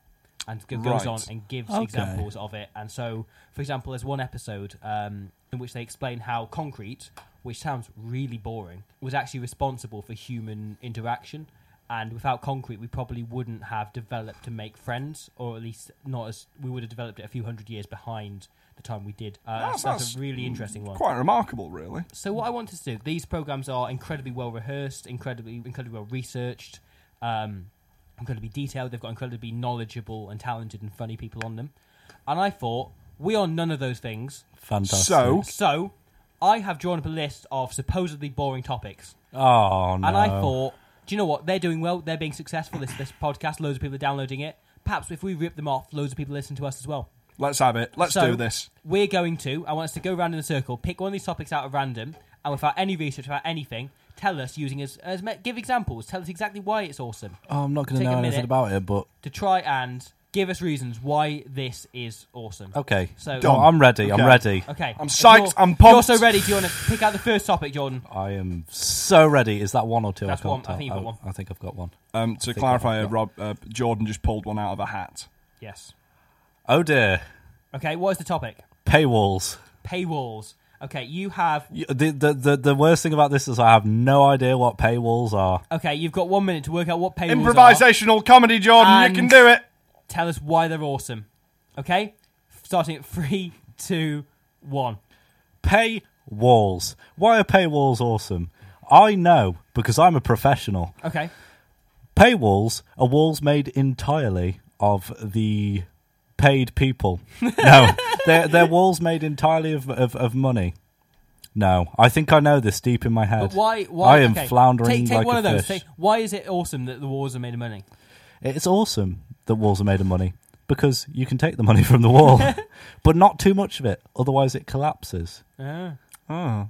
D: And g- goes
C: Right.
D: on and gives
E: Okay.
D: examples of it. And so, for example, there's one episode um, in which they explain how concrete, which sounds really boring, was actually responsible for human interaction. And without concrete, we probably wouldn't have developed to make friends, or at least not as we would have developed it a few hundred years behind the time we did. Uh,
C: That's-
D: so that's
C: that's
D: a really interesting one.
C: Quite remarkable, really.
D: So what I wanted to do, these programs are incredibly well rehearsed, incredibly incredibly well researched, um, incredibly detailed. They've got incredibly knowledgeable and talented and funny people on them. And I thought we are none of those things.
E: Fantastic.
C: So-
D: So I have drawn up a list of supposedly boring topics,
E: oh no.
D: and I thought, do you know what? They're doing well. They're being successful. This this podcast, loads of people are downloading it. Perhaps if we rip them off, loads of people listen to us as well.
C: Let's have it. Let's
D: So,
C: do this.
D: We're going to. I want us to go round in a circle, pick one of these topics out of random, and without any research, without anything, tell us using as, as me- give examples. Tell us exactly why it's awesome.
E: Oh,
C: Um,
E: I'm not going
D: Take
E: to
D: a
E: know anything
D: minute.
E: about it, but
D: To try and give us reasons why this is awesome.
E: okay.
D: So
E: Oh, I'm ready.
C: Okay.
E: I'm ready.
D: okay.
C: I'm
D: if
C: psyched,
D: you're-
C: I'm
D: if You're
C: pumped.
D: so ready. Do you want to pick out the first topic, Jordan?
E: I am so ready. Is that one or two?
D: That's
E: I can't
D: one. I
E: tell.
D: think you've got
E: Oh,
D: one.
E: I think I've got one.
C: Um, to
E: think
C: clarify,
E: I've
C: uh,
E: got-
C: Rob uh, Jordan just pulled one out of a hat.
D: Yes.
E: Oh dear.
D: Okay. What is the topic?
E: Paywalls.
D: Paywalls. Okay. You have.
E: Y- The, the the the worst thing about this is I have no idea what paywalls are.
D: Okay. You've got one minute to work out what paywalls are.
C: Improvisational comedy, Jordan.
D: And-
C: You can do it.
D: Tell us why they're awesome. Okay. Starting at three, two, one.
E: Pay walls. Why are paywalls awesome? I know because I'm a professional.
D: Okay.
E: Paywalls are walls made entirely of the paid people. No, they're, they're walls made entirely of, of, of money. No, I think I know this deep in my head.
D: But why? Why?
E: I am
D: okay.
E: floundering
D: Take, take
E: like
D: one
E: a
D: of those.
E: fish.
D: Take- why is it awesome that the walls are made of money?
E: It's awesome that walls are made of money because you can take the money from the wall, but not too much of it, otherwise it collapses.
C: Uh, Oh,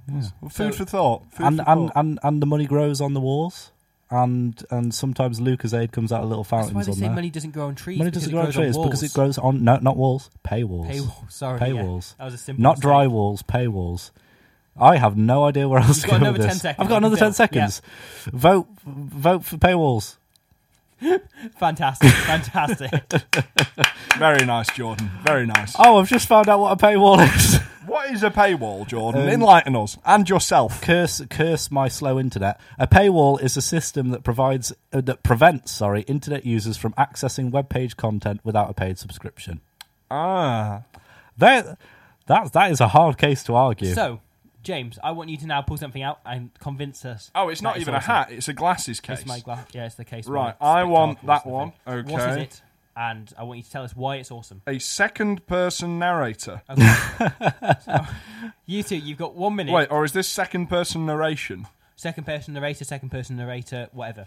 C: Food for thought. Food
E: And
C: for
E: and,
C: thought.
E: and and the money grows on the walls, and and sometimes Lucas Aid comes out of little
D: That's why
E: fountains
D: they
E: on
D: say
E: there.
D: money doesn't grow on trees.
E: Money
D: because
E: doesn't
D: it
E: grow on
D: grows
E: trees
D: walls.
E: because it grows on no, not walls, paywalls,
D: Paywall. Sorry.
E: Paywalls.
D: Yeah. That was a simple.
E: not
D: mistake.
E: dry walls, paywalls. I have no idea where else
D: You've
E: to
D: got
E: go
D: another
E: with
D: 10
E: this.
D: seconds,
E: I've got
D: I can
E: another ten
D: tell. Yeah.
E: seconds. Vote, vote for paywalls.
D: Fantastic. Fantastic.
C: Very nice, Jordan. Very nice.
E: Oh, I've just found out what a paywall is.
C: What is a paywall, Jordan?
E: Um,
C: Enlighten us and yourself.
E: curse curse my slow internet. A paywall is a system that provides uh, that prevents sorry internet users from accessing web page content without a paid subscription.
C: Ah,
E: That that that is a hard case to argue.
D: so James, I want you to now pull something out and convince us.
C: Oh, it's not
D: that
C: even a
D: awesome.
C: hat. It's a glasses case.
D: It's my glass. Yeah, it's the case. for
C: Right,
D: my
C: I want
D: spectacles,
C: that
D: I
C: one.
D: think. What is
C: Okay.
D: it? And I want you to tell us why it's awesome.
C: a second person narrator.
D: You two, you've got one minute.
C: Wait, or is this second person narration?
D: Second person narrator, second person narrator, whatever.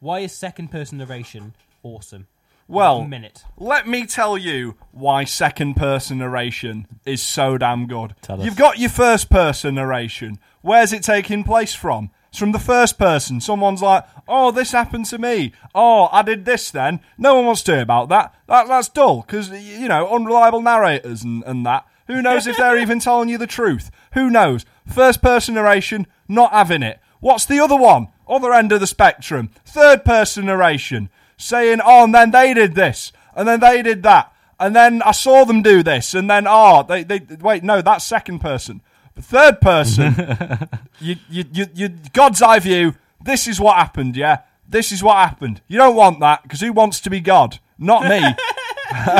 D: Why is second person narration awesome?
C: Well,
D: One minute.
C: Let me tell you why second person narration is so damn good.
E: Tell us.
C: You've got your first person narration. Where's it taking place from? It's from the first person. Someone's like, oh, this happened to me. Oh, I did this then. No one wants to hear about that. that that's dull because, you know, unreliable narrators and, and that. Who knows if they're even telling you the truth? Who knows? First person narration, not having it. What's the other one? Other end of the spectrum. Third person narration saying, oh, and then they did this, and then they did that, and then I saw them do this, and then, oh, they, they wait, no, that's second person. But third person, you, you, you, you, God's eye view, this is what happened, yeah? This is what happened. You don't want that, because who wants to be God? Not me.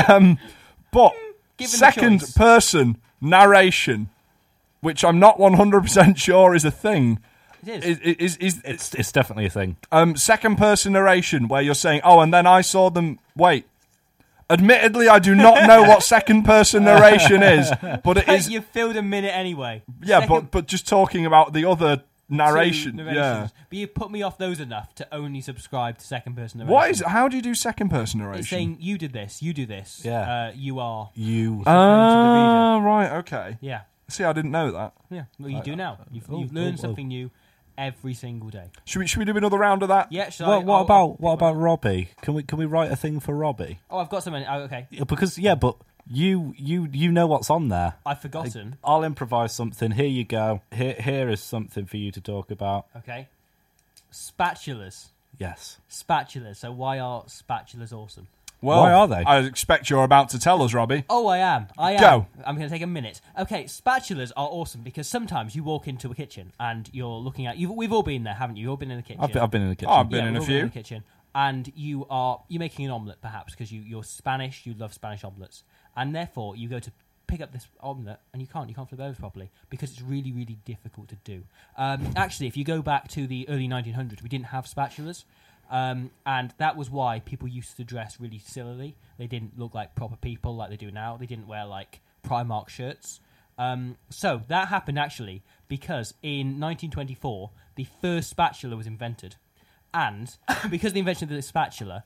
C: um, but
D: Given the
C: second
D: choice.
C: person narration, which I'm not 100% sure is a thing.
D: It is.
C: Is, is, is,
E: It's it's definitely a thing.
C: um, second person narration where you're saying, "Oh, and then I saw them." Wait. Admittedly, I do not know what second person narration is, but it is.
D: You've filled a minute anyway.
C: Yeah,
D: Second
C: but but just talking about the other
D: two
C: narration. Yeah.
D: narrations. But you put me off those enough to only subscribe to second person narration.
C: What is? How do you do second person
D: It's
C: narration?
D: saying you did this, you do this.
E: Yeah.
D: Uh, you are.
E: You Uh,
D: referring
C: Ah, right. Okay.
D: Yeah.
C: See, I didn't know that.
D: Yeah. Well, you do now. You've,
E: oh,
D: you've
E: oh,
D: learned
E: oh.
D: something new every single day.
C: Should we should we do another round of that?
D: Yeah. shall I-
E: What, what
D: I'll-
E: about what about Robbie? Can we can we write a thing for Robbie?
D: Oh, I've got something. Oh, okay.
E: Yeah, Because yeah, but you you you know what's on there.
D: I've forgotten.
E: I'll improvise something. Here you go. Here here is something for you to talk about.
D: Okay. Spatulas.
E: Yes.
D: Spatulas. So why are spatulas awesome?
C: Well,
E: Why are they?
C: I expect you're about to tell us, Robbie.
D: Oh, I am. I am.
C: Go.
D: I'm going to take a minute. Okay, spatulas are awesome because sometimes you walk into a kitchen and you're looking at. You've, we've all been there, haven't you? You've all been in the kitchen.
E: I've been, I've been in the kitchen.
C: Oh, I've been
D: Yeah,
C: in
D: we've
C: a
D: all been
C: few.
D: the kitchen, and you are you're making an omelette perhaps because you you're Spanish, you love Spanish omelettes, and therefore you go to pick up this omelette and you can't you can't flip it over properly because it's really really difficult to do. Um, actually, if you go back to the early 1900s, we didn't have spatulas. Um, and that was why people used to dress really sillily. They didn't look like proper people like they do now. They didn't wear like Primark shirts. Um, so that happened actually because in 1924 the first spatula was invented. And because of the invention of the spatula,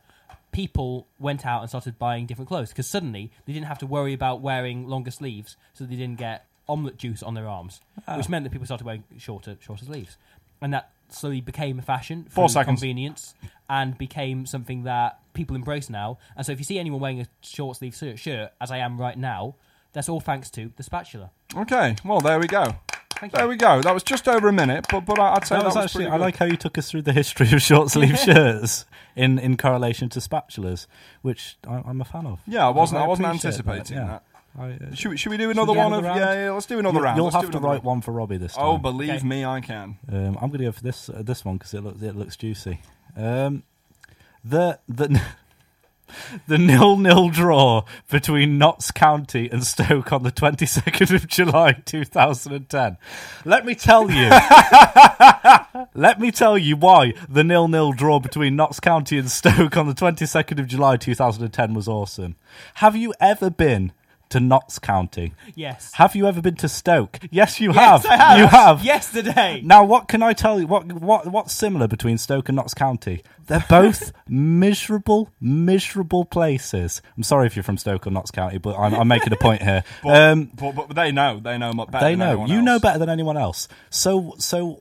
D: people went out and started buying different clothes because suddenly they didn't have to worry about wearing longer sleeves, so they didn't get omelette juice on their arms,
E: Ah.
D: which meant that people started wearing shorter, shorter sleeves, and that slowly became a fashion
C: Four
D: through
C: seconds.
D: convenience and became something that people embrace now. And so, if you see anyone wearing a short sleeve shirt, shirt as I am right now, that's all thanks to the spatula.
C: Okay. Well, there we go.
D: Thank
C: There
D: you.
C: we go. That was just over a minute, but but I- I'd say
E: That
C: that,
E: was actually.
C: pretty
E: I
C: good.
E: like how you took us through the history of short sleeve shirts in in correlation to spatulas, which I, I'm a fan of.
C: Yeah, I wasn't. I, wasn't
E: appreciate
C: anticipating that.
E: yeah. I, uh,
C: Should we, should we do another
E: do
C: one
E: another
C: of?
E: round?
C: Yeah, yeah, let's do another
E: you'll
C: round.
E: you'll
C: Let's do
E: have to
C: another
E: write one for Robbie this time.
C: Oh, believe
D: Okay.
C: me, I can.
E: Um, I'm going to go for this uh, this one because it looks it looks juicy. Um, the the the nil nil draw between Notts County and Stoke on the 22nd of July 2010. Let me tell you. let me tell you why the nil nil draw between Notts County and Stoke on the 22nd of July 2010 was awesome. Have you ever been to Notts County?
D: Yes.
E: Have you ever been to Stoke? Yes, you
D: Yes,
E: have.
D: I have.
E: You have.
D: Yesterday.
E: Now, what can I tell you? What what what's similar between Stoke and Notts County? They're both miserable, miserable places. I'm sorry if you're from Stoke or Notts County, but I'm, I'm making a point here. um,
C: But, but they know. They know much better.
E: they
C: than
E: know
C: anyone
E: you know
C: else.
E: better than anyone else. So so,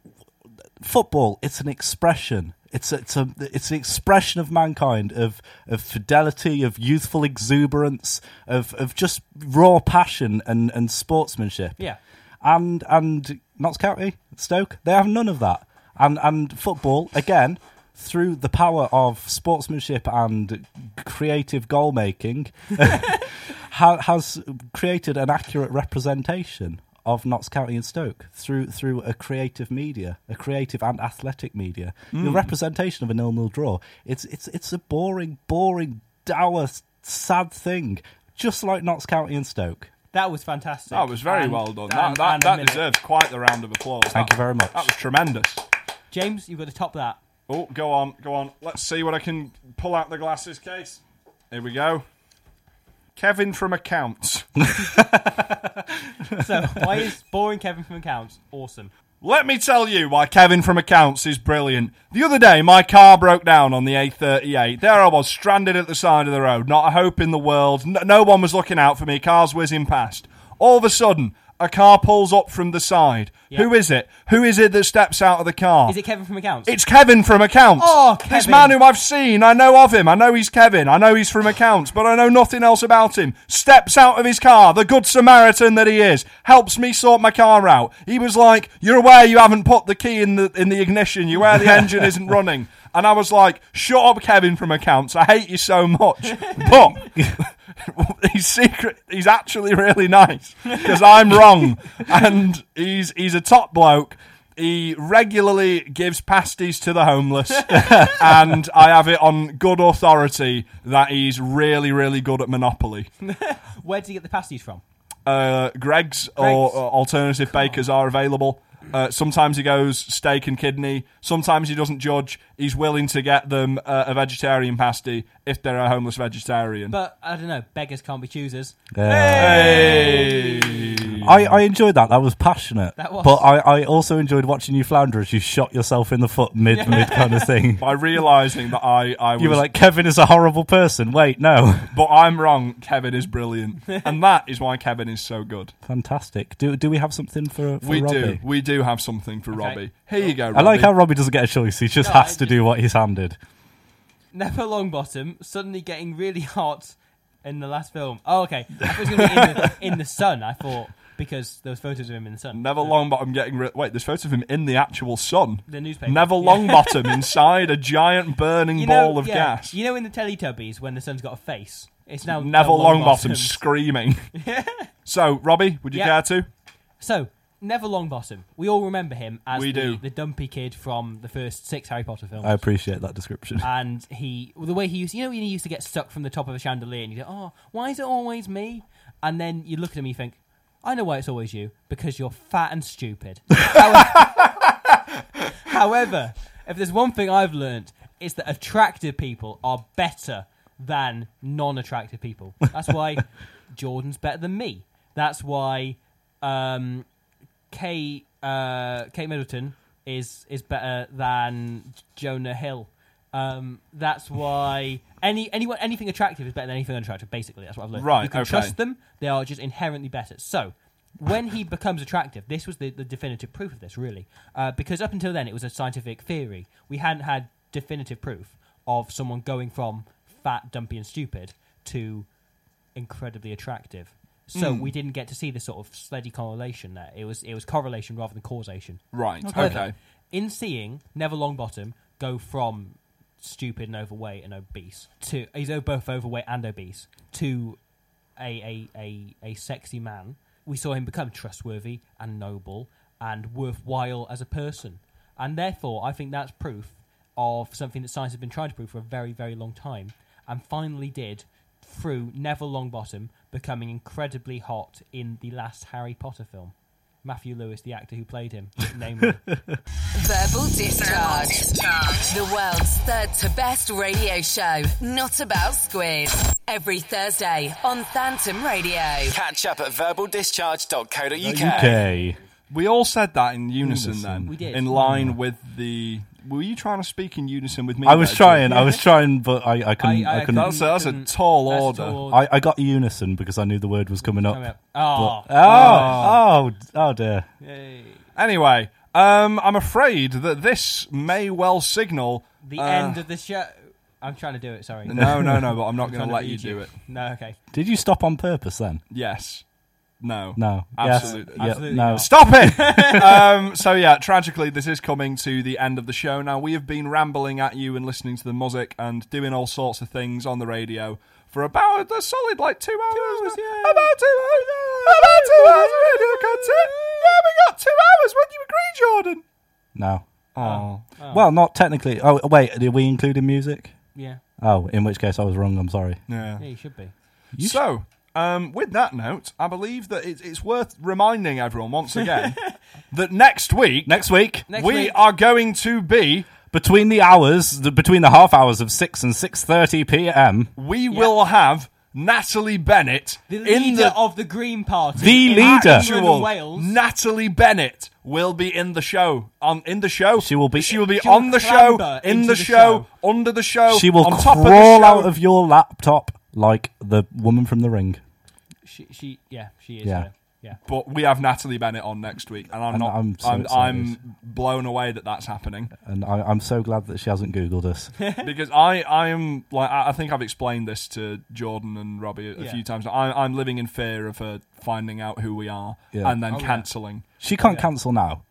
E: football. It's an expression. It's a, it's a it's an expression of mankind of of fidelity, of youthful exuberance, of of just raw passion and and sportsmanship
D: Yeah.
E: and and Notts County, Stoke, they have none of that. And and football again through the power of sportsmanship and creative goal making ha- has created an accurate representation of Notts County and Stoke through through a creative media, a creative and athletic media. The representation of a nil nil draw. It's it's it's a boring, boring, dour, s- sad thing. Just like Notts County and Stoke.
D: That was fantastic.
C: That was very
D: And-
C: well done. That,
D: and-
C: that,
D: and a
C: that
D: minute.
C: deserves quite the round of applause.
E: Thank
C: That-
E: you very much.
C: That was tremendous.
D: James, you've got to top that.
C: Oh, go on, go on. Let's see what I can pull out the glasses case. Here we go. Kevin from accounts.
D: So, why is boring Kevin from accounts awesome?
C: Let me tell you why Kevin from Accounts is brilliant. The other day, my car broke down on the A38. There I was, stranded at the side of the road, not a hope in the world. No, no one was looking out for me, cars whizzing past. All of a sudden, a car pulls up from the side. Who is it? Who is it that steps out of the car?
D: Is it Kevin from accounts?
C: It's Kevin from Accounts.
D: Oh,
C: This
D: Kevin.
C: man who I've seen, I know of him. I know he's Kevin. I know he's from Accounts, but I know nothing else about him. Steps out of his car, the good Samaritan that he is, helps me sort my car out. He was like, "You're aware you haven't put the key in the in the ignition. You're aware the engine isn't running." And I was like, "Shut up, Kevin from Accounts. I hate you so much." But he's secret. He's actually really nice because I'm wrong, and he's he's a top bloke. He regularly gives pasties to the homeless, and I have it on good authority that he's really, really good at Monopoly.
D: Where did you get the pasties from?
C: Uh, Greg's, Or,
D: Greg's.
C: or alternative bakers are available. Uh, sometimes he goes steak and kidney. Sometimes he doesn't judge. He's willing to get them uh, a vegetarian pasty if they're a homeless vegetarian.
D: But I don't know. Beggars can't be choosers.
E: Yeah. I, I enjoyed that. That was passionate.
D: That was.
E: But I, I also enjoyed watching you flounder as you shot yourself in the foot mid mid kind of thing.
C: by realizing that I, I was
E: You were like, Kevin is a horrible person. Wait, no.
C: But I'm wrong. Kevin is brilliant, and that is why Kevin is so good.
E: Fantastic. Do do we have something for, for
C: We
E: Robbie?
C: do. We do have something for Robbie. Here you go. Robbie.
E: I like how Robbie doesn't get a choice. He just
D: No, I
E: has to
D: just-
E: do what he's handed.
D: Never Longbottom suddenly getting really hot in the last film. Oh, okay. I thought it was going to be in the, in the sun, I thought, because there was photos of him in the sun.
C: Neville Longbottom getting ri wait. There's photos of him in the actual sun.
D: The newspaper.
C: Neville
D: Yeah.
C: Longbottom inside a giant burning
D: You know-
C: ball of
D: yeah,
C: gas.
D: You know in the Teletubbies when the sun's got a face? It's now
C: Neville Longbottom
D: Longbottom's.
C: screaming. so Robbie, would you
D: Yeah.
C: care to?
D: So, Neville Longbottom. We all remember him as
C: We
D: the,
C: do.
D: the dumpy kid from the first six Harry Potter films.
E: I appreciate that description.
D: and he, well, the way he used, you know, when he used to get stuck from the top of a chandelier, and you go, "Oh, why is it always me?" And then you look at him, and you think, "I know why it's always you because you're fat and stupid." However- However, if there's one thing I've learned, it's that attractive people are better than non-attractive people. That's why Jordan's better than me. That's why um, Kate uh, Kate Middleton is is better than Jonah Hill. Um, that's why any anyone anything attractive is better than anything unattractive. Basically, that's what I've learned.
C: Right,
D: you can
C: okay.
D: trust them; they are just inherently better. So. When he becomes attractive, this was the, the definitive proof of this, really, uh, because up until then it was a scientific theory. We hadn't had definitive proof of someone going from fat, dumpy, and stupid to incredibly attractive. So we didn't get to see the sort of steady correlation there. It was it was correlation rather than causation.
C: Right. Okay.
D: However, In seeing Neville Longbottom go from stupid and overweight and obese to he's o- both overweight and obese to a a, a a sexy man, we saw him become trustworthy and noble and worthwhile as a person. And therefore I think that's proof of something that science has been trying to prove for a very, very long time and finally did through Neville Longbottom becoming incredibly hot in the last Harry Potter film. Matthew Lewis, the actor who played him, namely.
A: Verbal Discharge. The world's third to best radio show, not about squid. Every Thursday on Phantom Radio.
B: Catch up at verbaldischarge.co.uk.
E: UK.
C: We all said that in unison, then.
D: We did.
C: In line with the. Were you trying to speak in unison with me?
E: I was
C: there, Jim? Ah.
E: trying. I was trying, but I, I couldn't.
D: I-
E: I,
D: I
E: couldn't.
C: That's a, that's a tall
D: That's
C: order.
D: tall-
E: I, I got unison because I knew the word was coming up.
D: Coming up. Oh,
E: Oh, oh, oh dear.
C: Anyway, um, I'm afraid that this may well signal
D: the
C: uh,
D: end of the show. I'm trying to do it. Sorry.
C: No, no, no. But I'm not going
D: Trying
C: to
D: to
C: let
D: beat
C: you do it.
D: No, okay.
E: Did you stop on purpose then?
C: Yes. No.
E: No.
C: Absolutely.
E: Yes. Yeah,
D: Absolutely
E: no.
D: not.
C: Stop it! um, so yeah, tragically, this is coming to the end of the show. Now we have been rambling at you and listening to the music and doing all sorts of things on the radio for about a solid like two hours. now. About two hours. About two hours of radio content. Yeah, we got two hours. Wouldn't you agree, Jordan?
E: No.
C: Oh.
E: Well, not technically. Oh, wait. Are we including music?
D: Yeah.
E: Oh, in which case I was wrong. I'm sorry.
C: Yeah.
D: Yeah, you should be.
C: so Um, with that note, I believe that it, it's worth reminding everyone once again that next week,
E: Next week,
D: Next
C: we
D: week.
C: are going to be.
E: between the hours, the, between the half hours of six and six thirty p.m.,
C: We will have Natalie Bennett
D: The
C: in
D: leader
C: the
D: of the Green Party.
E: The
D: in
E: leader.
D: England and
C: actual
D: Wales.
C: Natalie Bennett will be in the show. On in the show,
E: She will be-
C: She will be
D: She will
C: on the show,
D: clamber
C: in
D: into
C: the
D: the
C: show, under the show.
E: she will
C: Oh, on top of the
E: crawl
C: show.
E: out of your laptop like the woman from the ring.
D: She, she, yeah, she is.
E: Yeah.
D: Yeah. yeah.
C: But we have Natalie Bennett on next week, and I'm
E: And
C: not.
E: I'm so
C: I'm, I'm
E: excited.
C: blown away that that's happening
E: And I, I'm so glad that she hasn't Googled us.
C: because I I am like I I think I've explained this to Jordan and Robbie a, a
D: Yeah.
C: few times. I, I'm living in fear of her finding out who we are
E: Yeah.
C: and then
D: Oh, yeah.
C: cancelling.
E: She can't cancel now.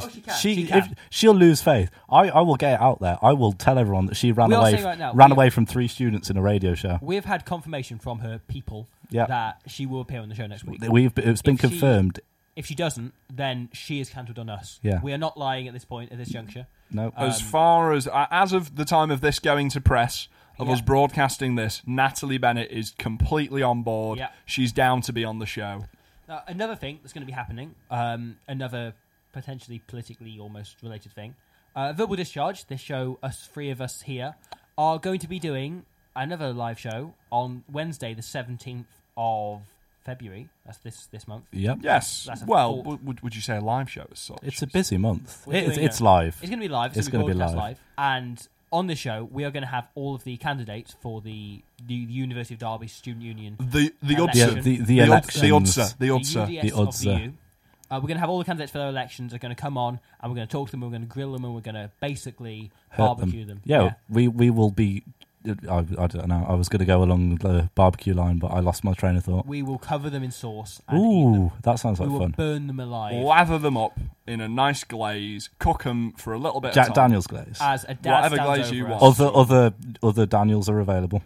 D: Oh, she can.
E: She,
D: She can.
E: If, she'll lose faith. I, I will get it out there. I will tell everyone that she ran
D: We are
E: away
D: saying right now,
E: ran
D: we-
E: away from three students in a radio show.
D: We've had confirmation from her people
E: Yeah.
D: that she will appear on the show next week.
E: We've it's been
D: If she-
E: confirmed.
D: If she doesn't, then she is cancelled on us.
E: Yeah.
D: We are not lying at this point, at this juncture.
E: No,
C: As
D: Um,
C: far as uh, as of the time of this going to press of us
D: Yeah.
C: broadcasting this, Natalie Bennett is completely on board.
D: Yeah.
C: She's down to be on the show.
D: Now, Uh, another thing that's going to be happening, um, another potentially politically almost related thing. Uh, Verbal Discharge, this show, us three of us here, are going to be doing another live show on Wednesday, the 17th of February. That's this, this month.
E: yep.
C: Yes.
D: That's a
C: Well,
D: thought.
C: w- would would you say a live show as such?
E: It's a busy month.
D: We're
E: It's,
D: doing
E: it's
D: it.
E: live.
D: It's going to be live. It's,
E: It's
D: going to be
E: gonna be
D: broadcast live. And on this show, we are going to have all of the candidates for the, the University of Derby Student Union.
C: the the
E: yeah,
D: Election.
C: Udser.
E: the, the,
C: The
E: elections.
C: Udser. The Udser. The Udser.
D: the UDS
E: The
D: of
E: odds
D: the
E: are-
D: U. Uh, we're going to have all the candidates for their elections are going to come on, and we're going to talk to them. We're going to grill them, and we're going to basically
E: Hurt
D: barbecue them.
E: Um, Yeah, we we will be. I, I don't know. I was going to go along the barbecue line, but I lost my train of thought.
D: we will cover them in sauce. And eat them.
E: Ooh, that sounds
D: we
E: like
D: will
E: fun.
D: burn them alive
C: Lather them up in a nice glaze, cook them for a little bit.
E: Jack
C: of time.
E: Daniels glaze.
D: as a dad
C: Whatever
D: stands
C: glaze you
D: over us.
C: want.
E: Other other other Daniels are available.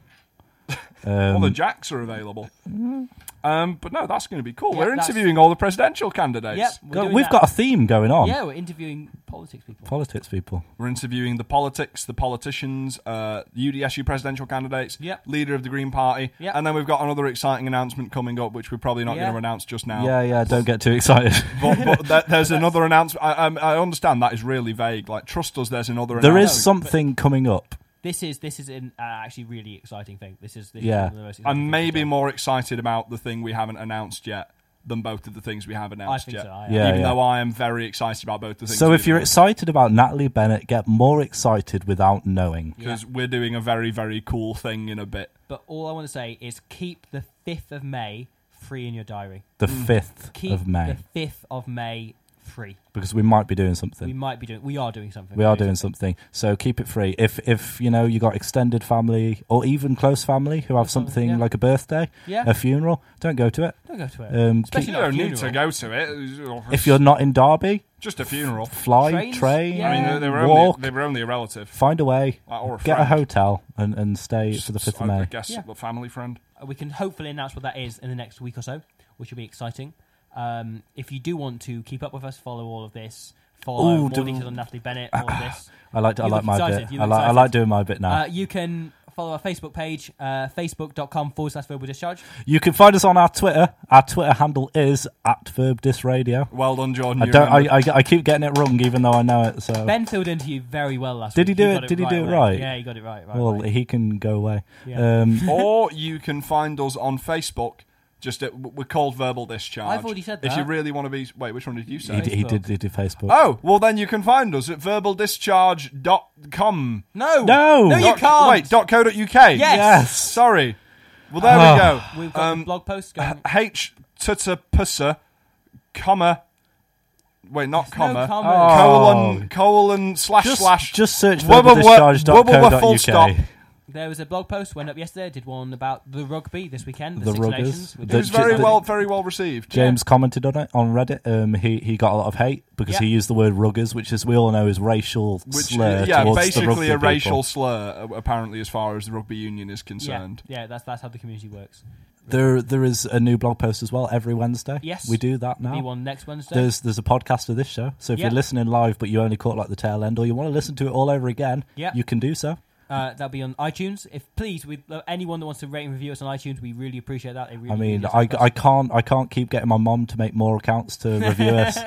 C: All the Jacks are available.
E: Mm.
C: Um, but no, that's going to be cool.
D: Yeah,
C: We're
D: that's-
C: interviewing all the presidential candidates.
D: Yep, we're
E: God,
D: doing
E: we've
D: that.
E: got a theme going on.
D: Yeah, we're interviewing politics people.
E: Politics people.
C: We're interviewing the politics, the politicians, uh, UDSU presidential candidates,
D: Yep.
C: leader of the Green Party,
D: Yep.
C: and then we've got another exciting announcement coming up, which we're probably not
D: Yeah.
C: going to announce just
D: Oh.
C: now.
E: Yeah, yeah. Don't get too excited.
C: But, but there- there's another announcement. I, um, I understand that is really vague. Like, trust us, there's another.
E: there
C: announcement.
E: is something coming up.
D: This is this is an uh, actually really exciting thing. This is this
E: Yeah.
D: Is one of the most exciting
C: I'm
D: things
C: maybe
D: we've done.
C: more excited about the thing we haven't announced yet than both of the things we have announced
D: think
C: yet.
D: so, I am.
E: Yeah,
C: Even
E: yeah.
C: though I am very excited about both the things.
E: So if you're excited about Natalie Bennett, get more excited without knowing.
C: because we're doing a very very cool thing in a bit.
D: But all I want to say is keep the fifth of May free in your diary.
E: The fifth
D: Mm. Keep
E: of May,
D: the fifth of May free.
E: because we might be doing
D: We
E: something.
D: might be doing. We are doing something.
E: We are doing something. So keep it free. If if you know you got extended family or even close family who have
D: Close family,
E: something
D: yeah.
E: like a birthday,
D: Yeah.
E: a funeral, don't go to it.
D: Don't go to it.
E: Um,
D: Especially
E: keep-
C: You
D: not a
C: don't need to
D: funeral.
C: go to it.
E: if you're not in Derby,
C: just a funeral.
E: fly,
D: Trains?
E: train,
D: Yeah.
C: I mean, they, they were
E: walk,
C: only they were only a relative
E: find a way,
C: uh, or a
E: get a
C: friend.
E: hotel, and, and stay for the
C: S-
E: fifth of
C: I- I
E: May.
C: guess
D: Yeah.
C: a family friend.
D: we can hopefully announce what that is in the next week or so, which will be exciting. Um, if you do want to keep up with us, follow all of this. Follow
E: Ooh,
D: more
E: do-
D: details on Natalie Bennett. All of this.
E: I like I
D: You
E: like
D: look
E: my
D: excited,
E: bit.
D: you
E: I
D: look
E: like I
D: excited.
E: like doing my bit now.
D: Uh, you can follow our Facebook page, uh, facebook.com forward slash verbal discharge.
E: You can find us on our Twitter. Our Twitter handle is at Verb Dis Radio.
C: Well done, Jordan.
E: I
C: you
E: don't.
C: remembered.
E: I, I, I keep getting it wrong, even though I know it. So
D: Ben filled into you very well last
E: Did he
D: week.
E: do it-
D: got
E: did he do it
D: away.
E: right?
D: Yeah, he got it right. right,
E: well,
D: right.
E: he can go away.
D: Yeah.
E: Um,
C: or you can find us on Facebook. Just at, we're called verbal discharge.
D: I've already said
C: If you
D: that.
C: really want to be, wait, which one did you
E: he,
C: say?
E: d- he did. He did Facebook.
C: Oh, well then you can find us at verbaldischarge.com.
D: no,
E: No!
D: no, you
E: Not-
D: can't.
C: Wait, dot co dot uk.
E: Yes. Ah.
C: Sorry. Well, there we go. Um,
D: We've got
E: um,
D: the blog post going.
C: H tutapusser, comma. Wait, not comma.
D: No
C: colon
D: comment.
C: colon slash
E: Just-
C: slash.
E: just search
C: wubba wub-
E: verbaldischarge.co.uk.
C: wubba wub full stop.
D: There was a blog post went up yesterday. I did one about the rugby this weekend, the,
E: The
D: Six
E: ruggers.
D: Nations. with
E: The-
C: It was very
E: the-
C: well, very well received.
E: James commented on it on Reddit. Um, he he got a lot of hate because
D: Yeah.
E: he used the word "ruggers," which, as we all know, is racial
C: Which,
E: slur
C: yeah,
E: towards the rugby
C: basically a
E: people.
C: racial slur, a- apparently, as far as the rugby union is
D: yeah,
C: concerned.
D: yeah, that's that's how the community works.
E: There there is a new blog post as well every Wednesday.
D: Yes.
E: we do that now.
D: Be one next Wednesday.
E: There's there's a podcast of this show. So if
D: Yeah.
E: you're listening live but you only caught like the tail end or you want to listen to it all over again,
D: Yeah.
E: you can do so.
D: Uh, that'll be on iTunes. If please, with uh, anyone that wants to rate and review us on iTunes, we really appreciate that. They really,
E: I
D: really
E: mean,
D: does
E: I,
D: help us.
E: I can't I can't keep getting my mom to make more accounts to review us.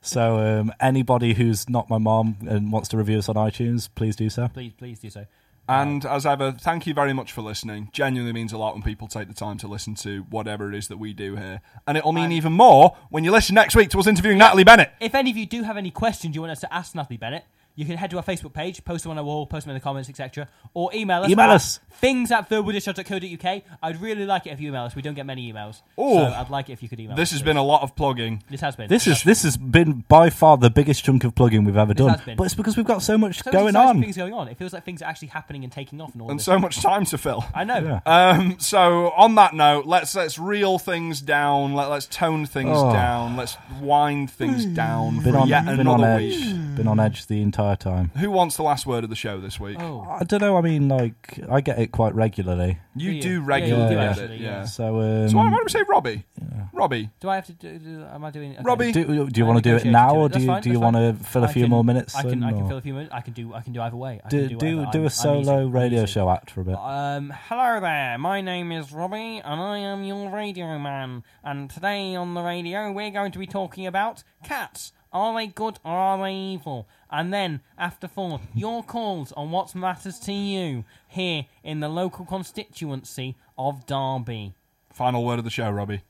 E: So um, anybody who's not my mom and wants to review us on iTunes, please do so.
D: please, please do so.
C: And as ever, thank you very much for listening. Genuinely means a lot when people take the time to listen to whatever it is that we do here. And it'll mean even more when you listen next week to us interviewing Natalie Bennett.
D: If any of you do have any questions you want us to ask Natalie Bennett, you can head to our Facebook page, post them on our wall, post them in the comments, etc. Or email us.
E: Email
D: at
E: us.
D: Things at verbaldishshot.co.uk. I'd really like it if you email us. We don't get many emails.
C: Oh.
D: so I'd like it if you could email
C: This
D: us.
C: has
D: please.
C: been a lot of plugging.
D: This has been.
E: This is this has been by far the biggest chunk of plugging we've ever
D: This
E: done.
D: has been.
E: But it's because we've got so much
D: So
E: going
D: exciting
E: on.
D: Things going on. It feels like things are actually happening and taking off and all
C: And
D: this.
C: so much time to fill.
D: I know.
E: Yeah.
C: Um, so on that note, let's let's reel things down. Let, let's tone things
E: Oh. Hmm.
C: down. Let's wind things down
E: Been
C: for
E: on,
C: yet
E: been on
C: another
E: edge.
C: week.
E: Been on edge the entire time.
C: Who wants the last word of the show this week?
D: Oh,
E: I don't know. I mean, like I get it quite regularly.
C: you
D: Do you? Yeah,
C: do
D: you
C: regularly
E: do
C: get
D: actually,
C: it.
D: yeah.
C: Yeah.
E: So, um,
C: So why, why do we say Robbie? Robbie.
D: do I have to do? do am I doing? okay.
C: Robbie.
E: do, do you
D: I
E: want to do it
D: negotiated
E: now,
D: to
E: or do
D: That's
E: you
D: fine,
E: do you
D: that's
E: want
D: fine.
E: to fill a
D: I
E: few
D: can-
E: more minutes?
D: I can.
E: in,
D: I can
E: or-
D: fill a few minutes. I can do. I can do either way. I
E: do
D: can do,
E: do,
D: whatever.
E: do
D: I'm-
E: a
D: I'm
E: solo
D: easy. I'm
E: radio
D: easy.
E: show act for a bit.
D: Um, hello there. My name is Robbie, and I am your radio man. And today on the radio, we're going to be talking about cats. Are they good or are they evil? And then, after four, your calls on what matters to you here in the local constituency of Derby.
C: Final word of the show, Robbie.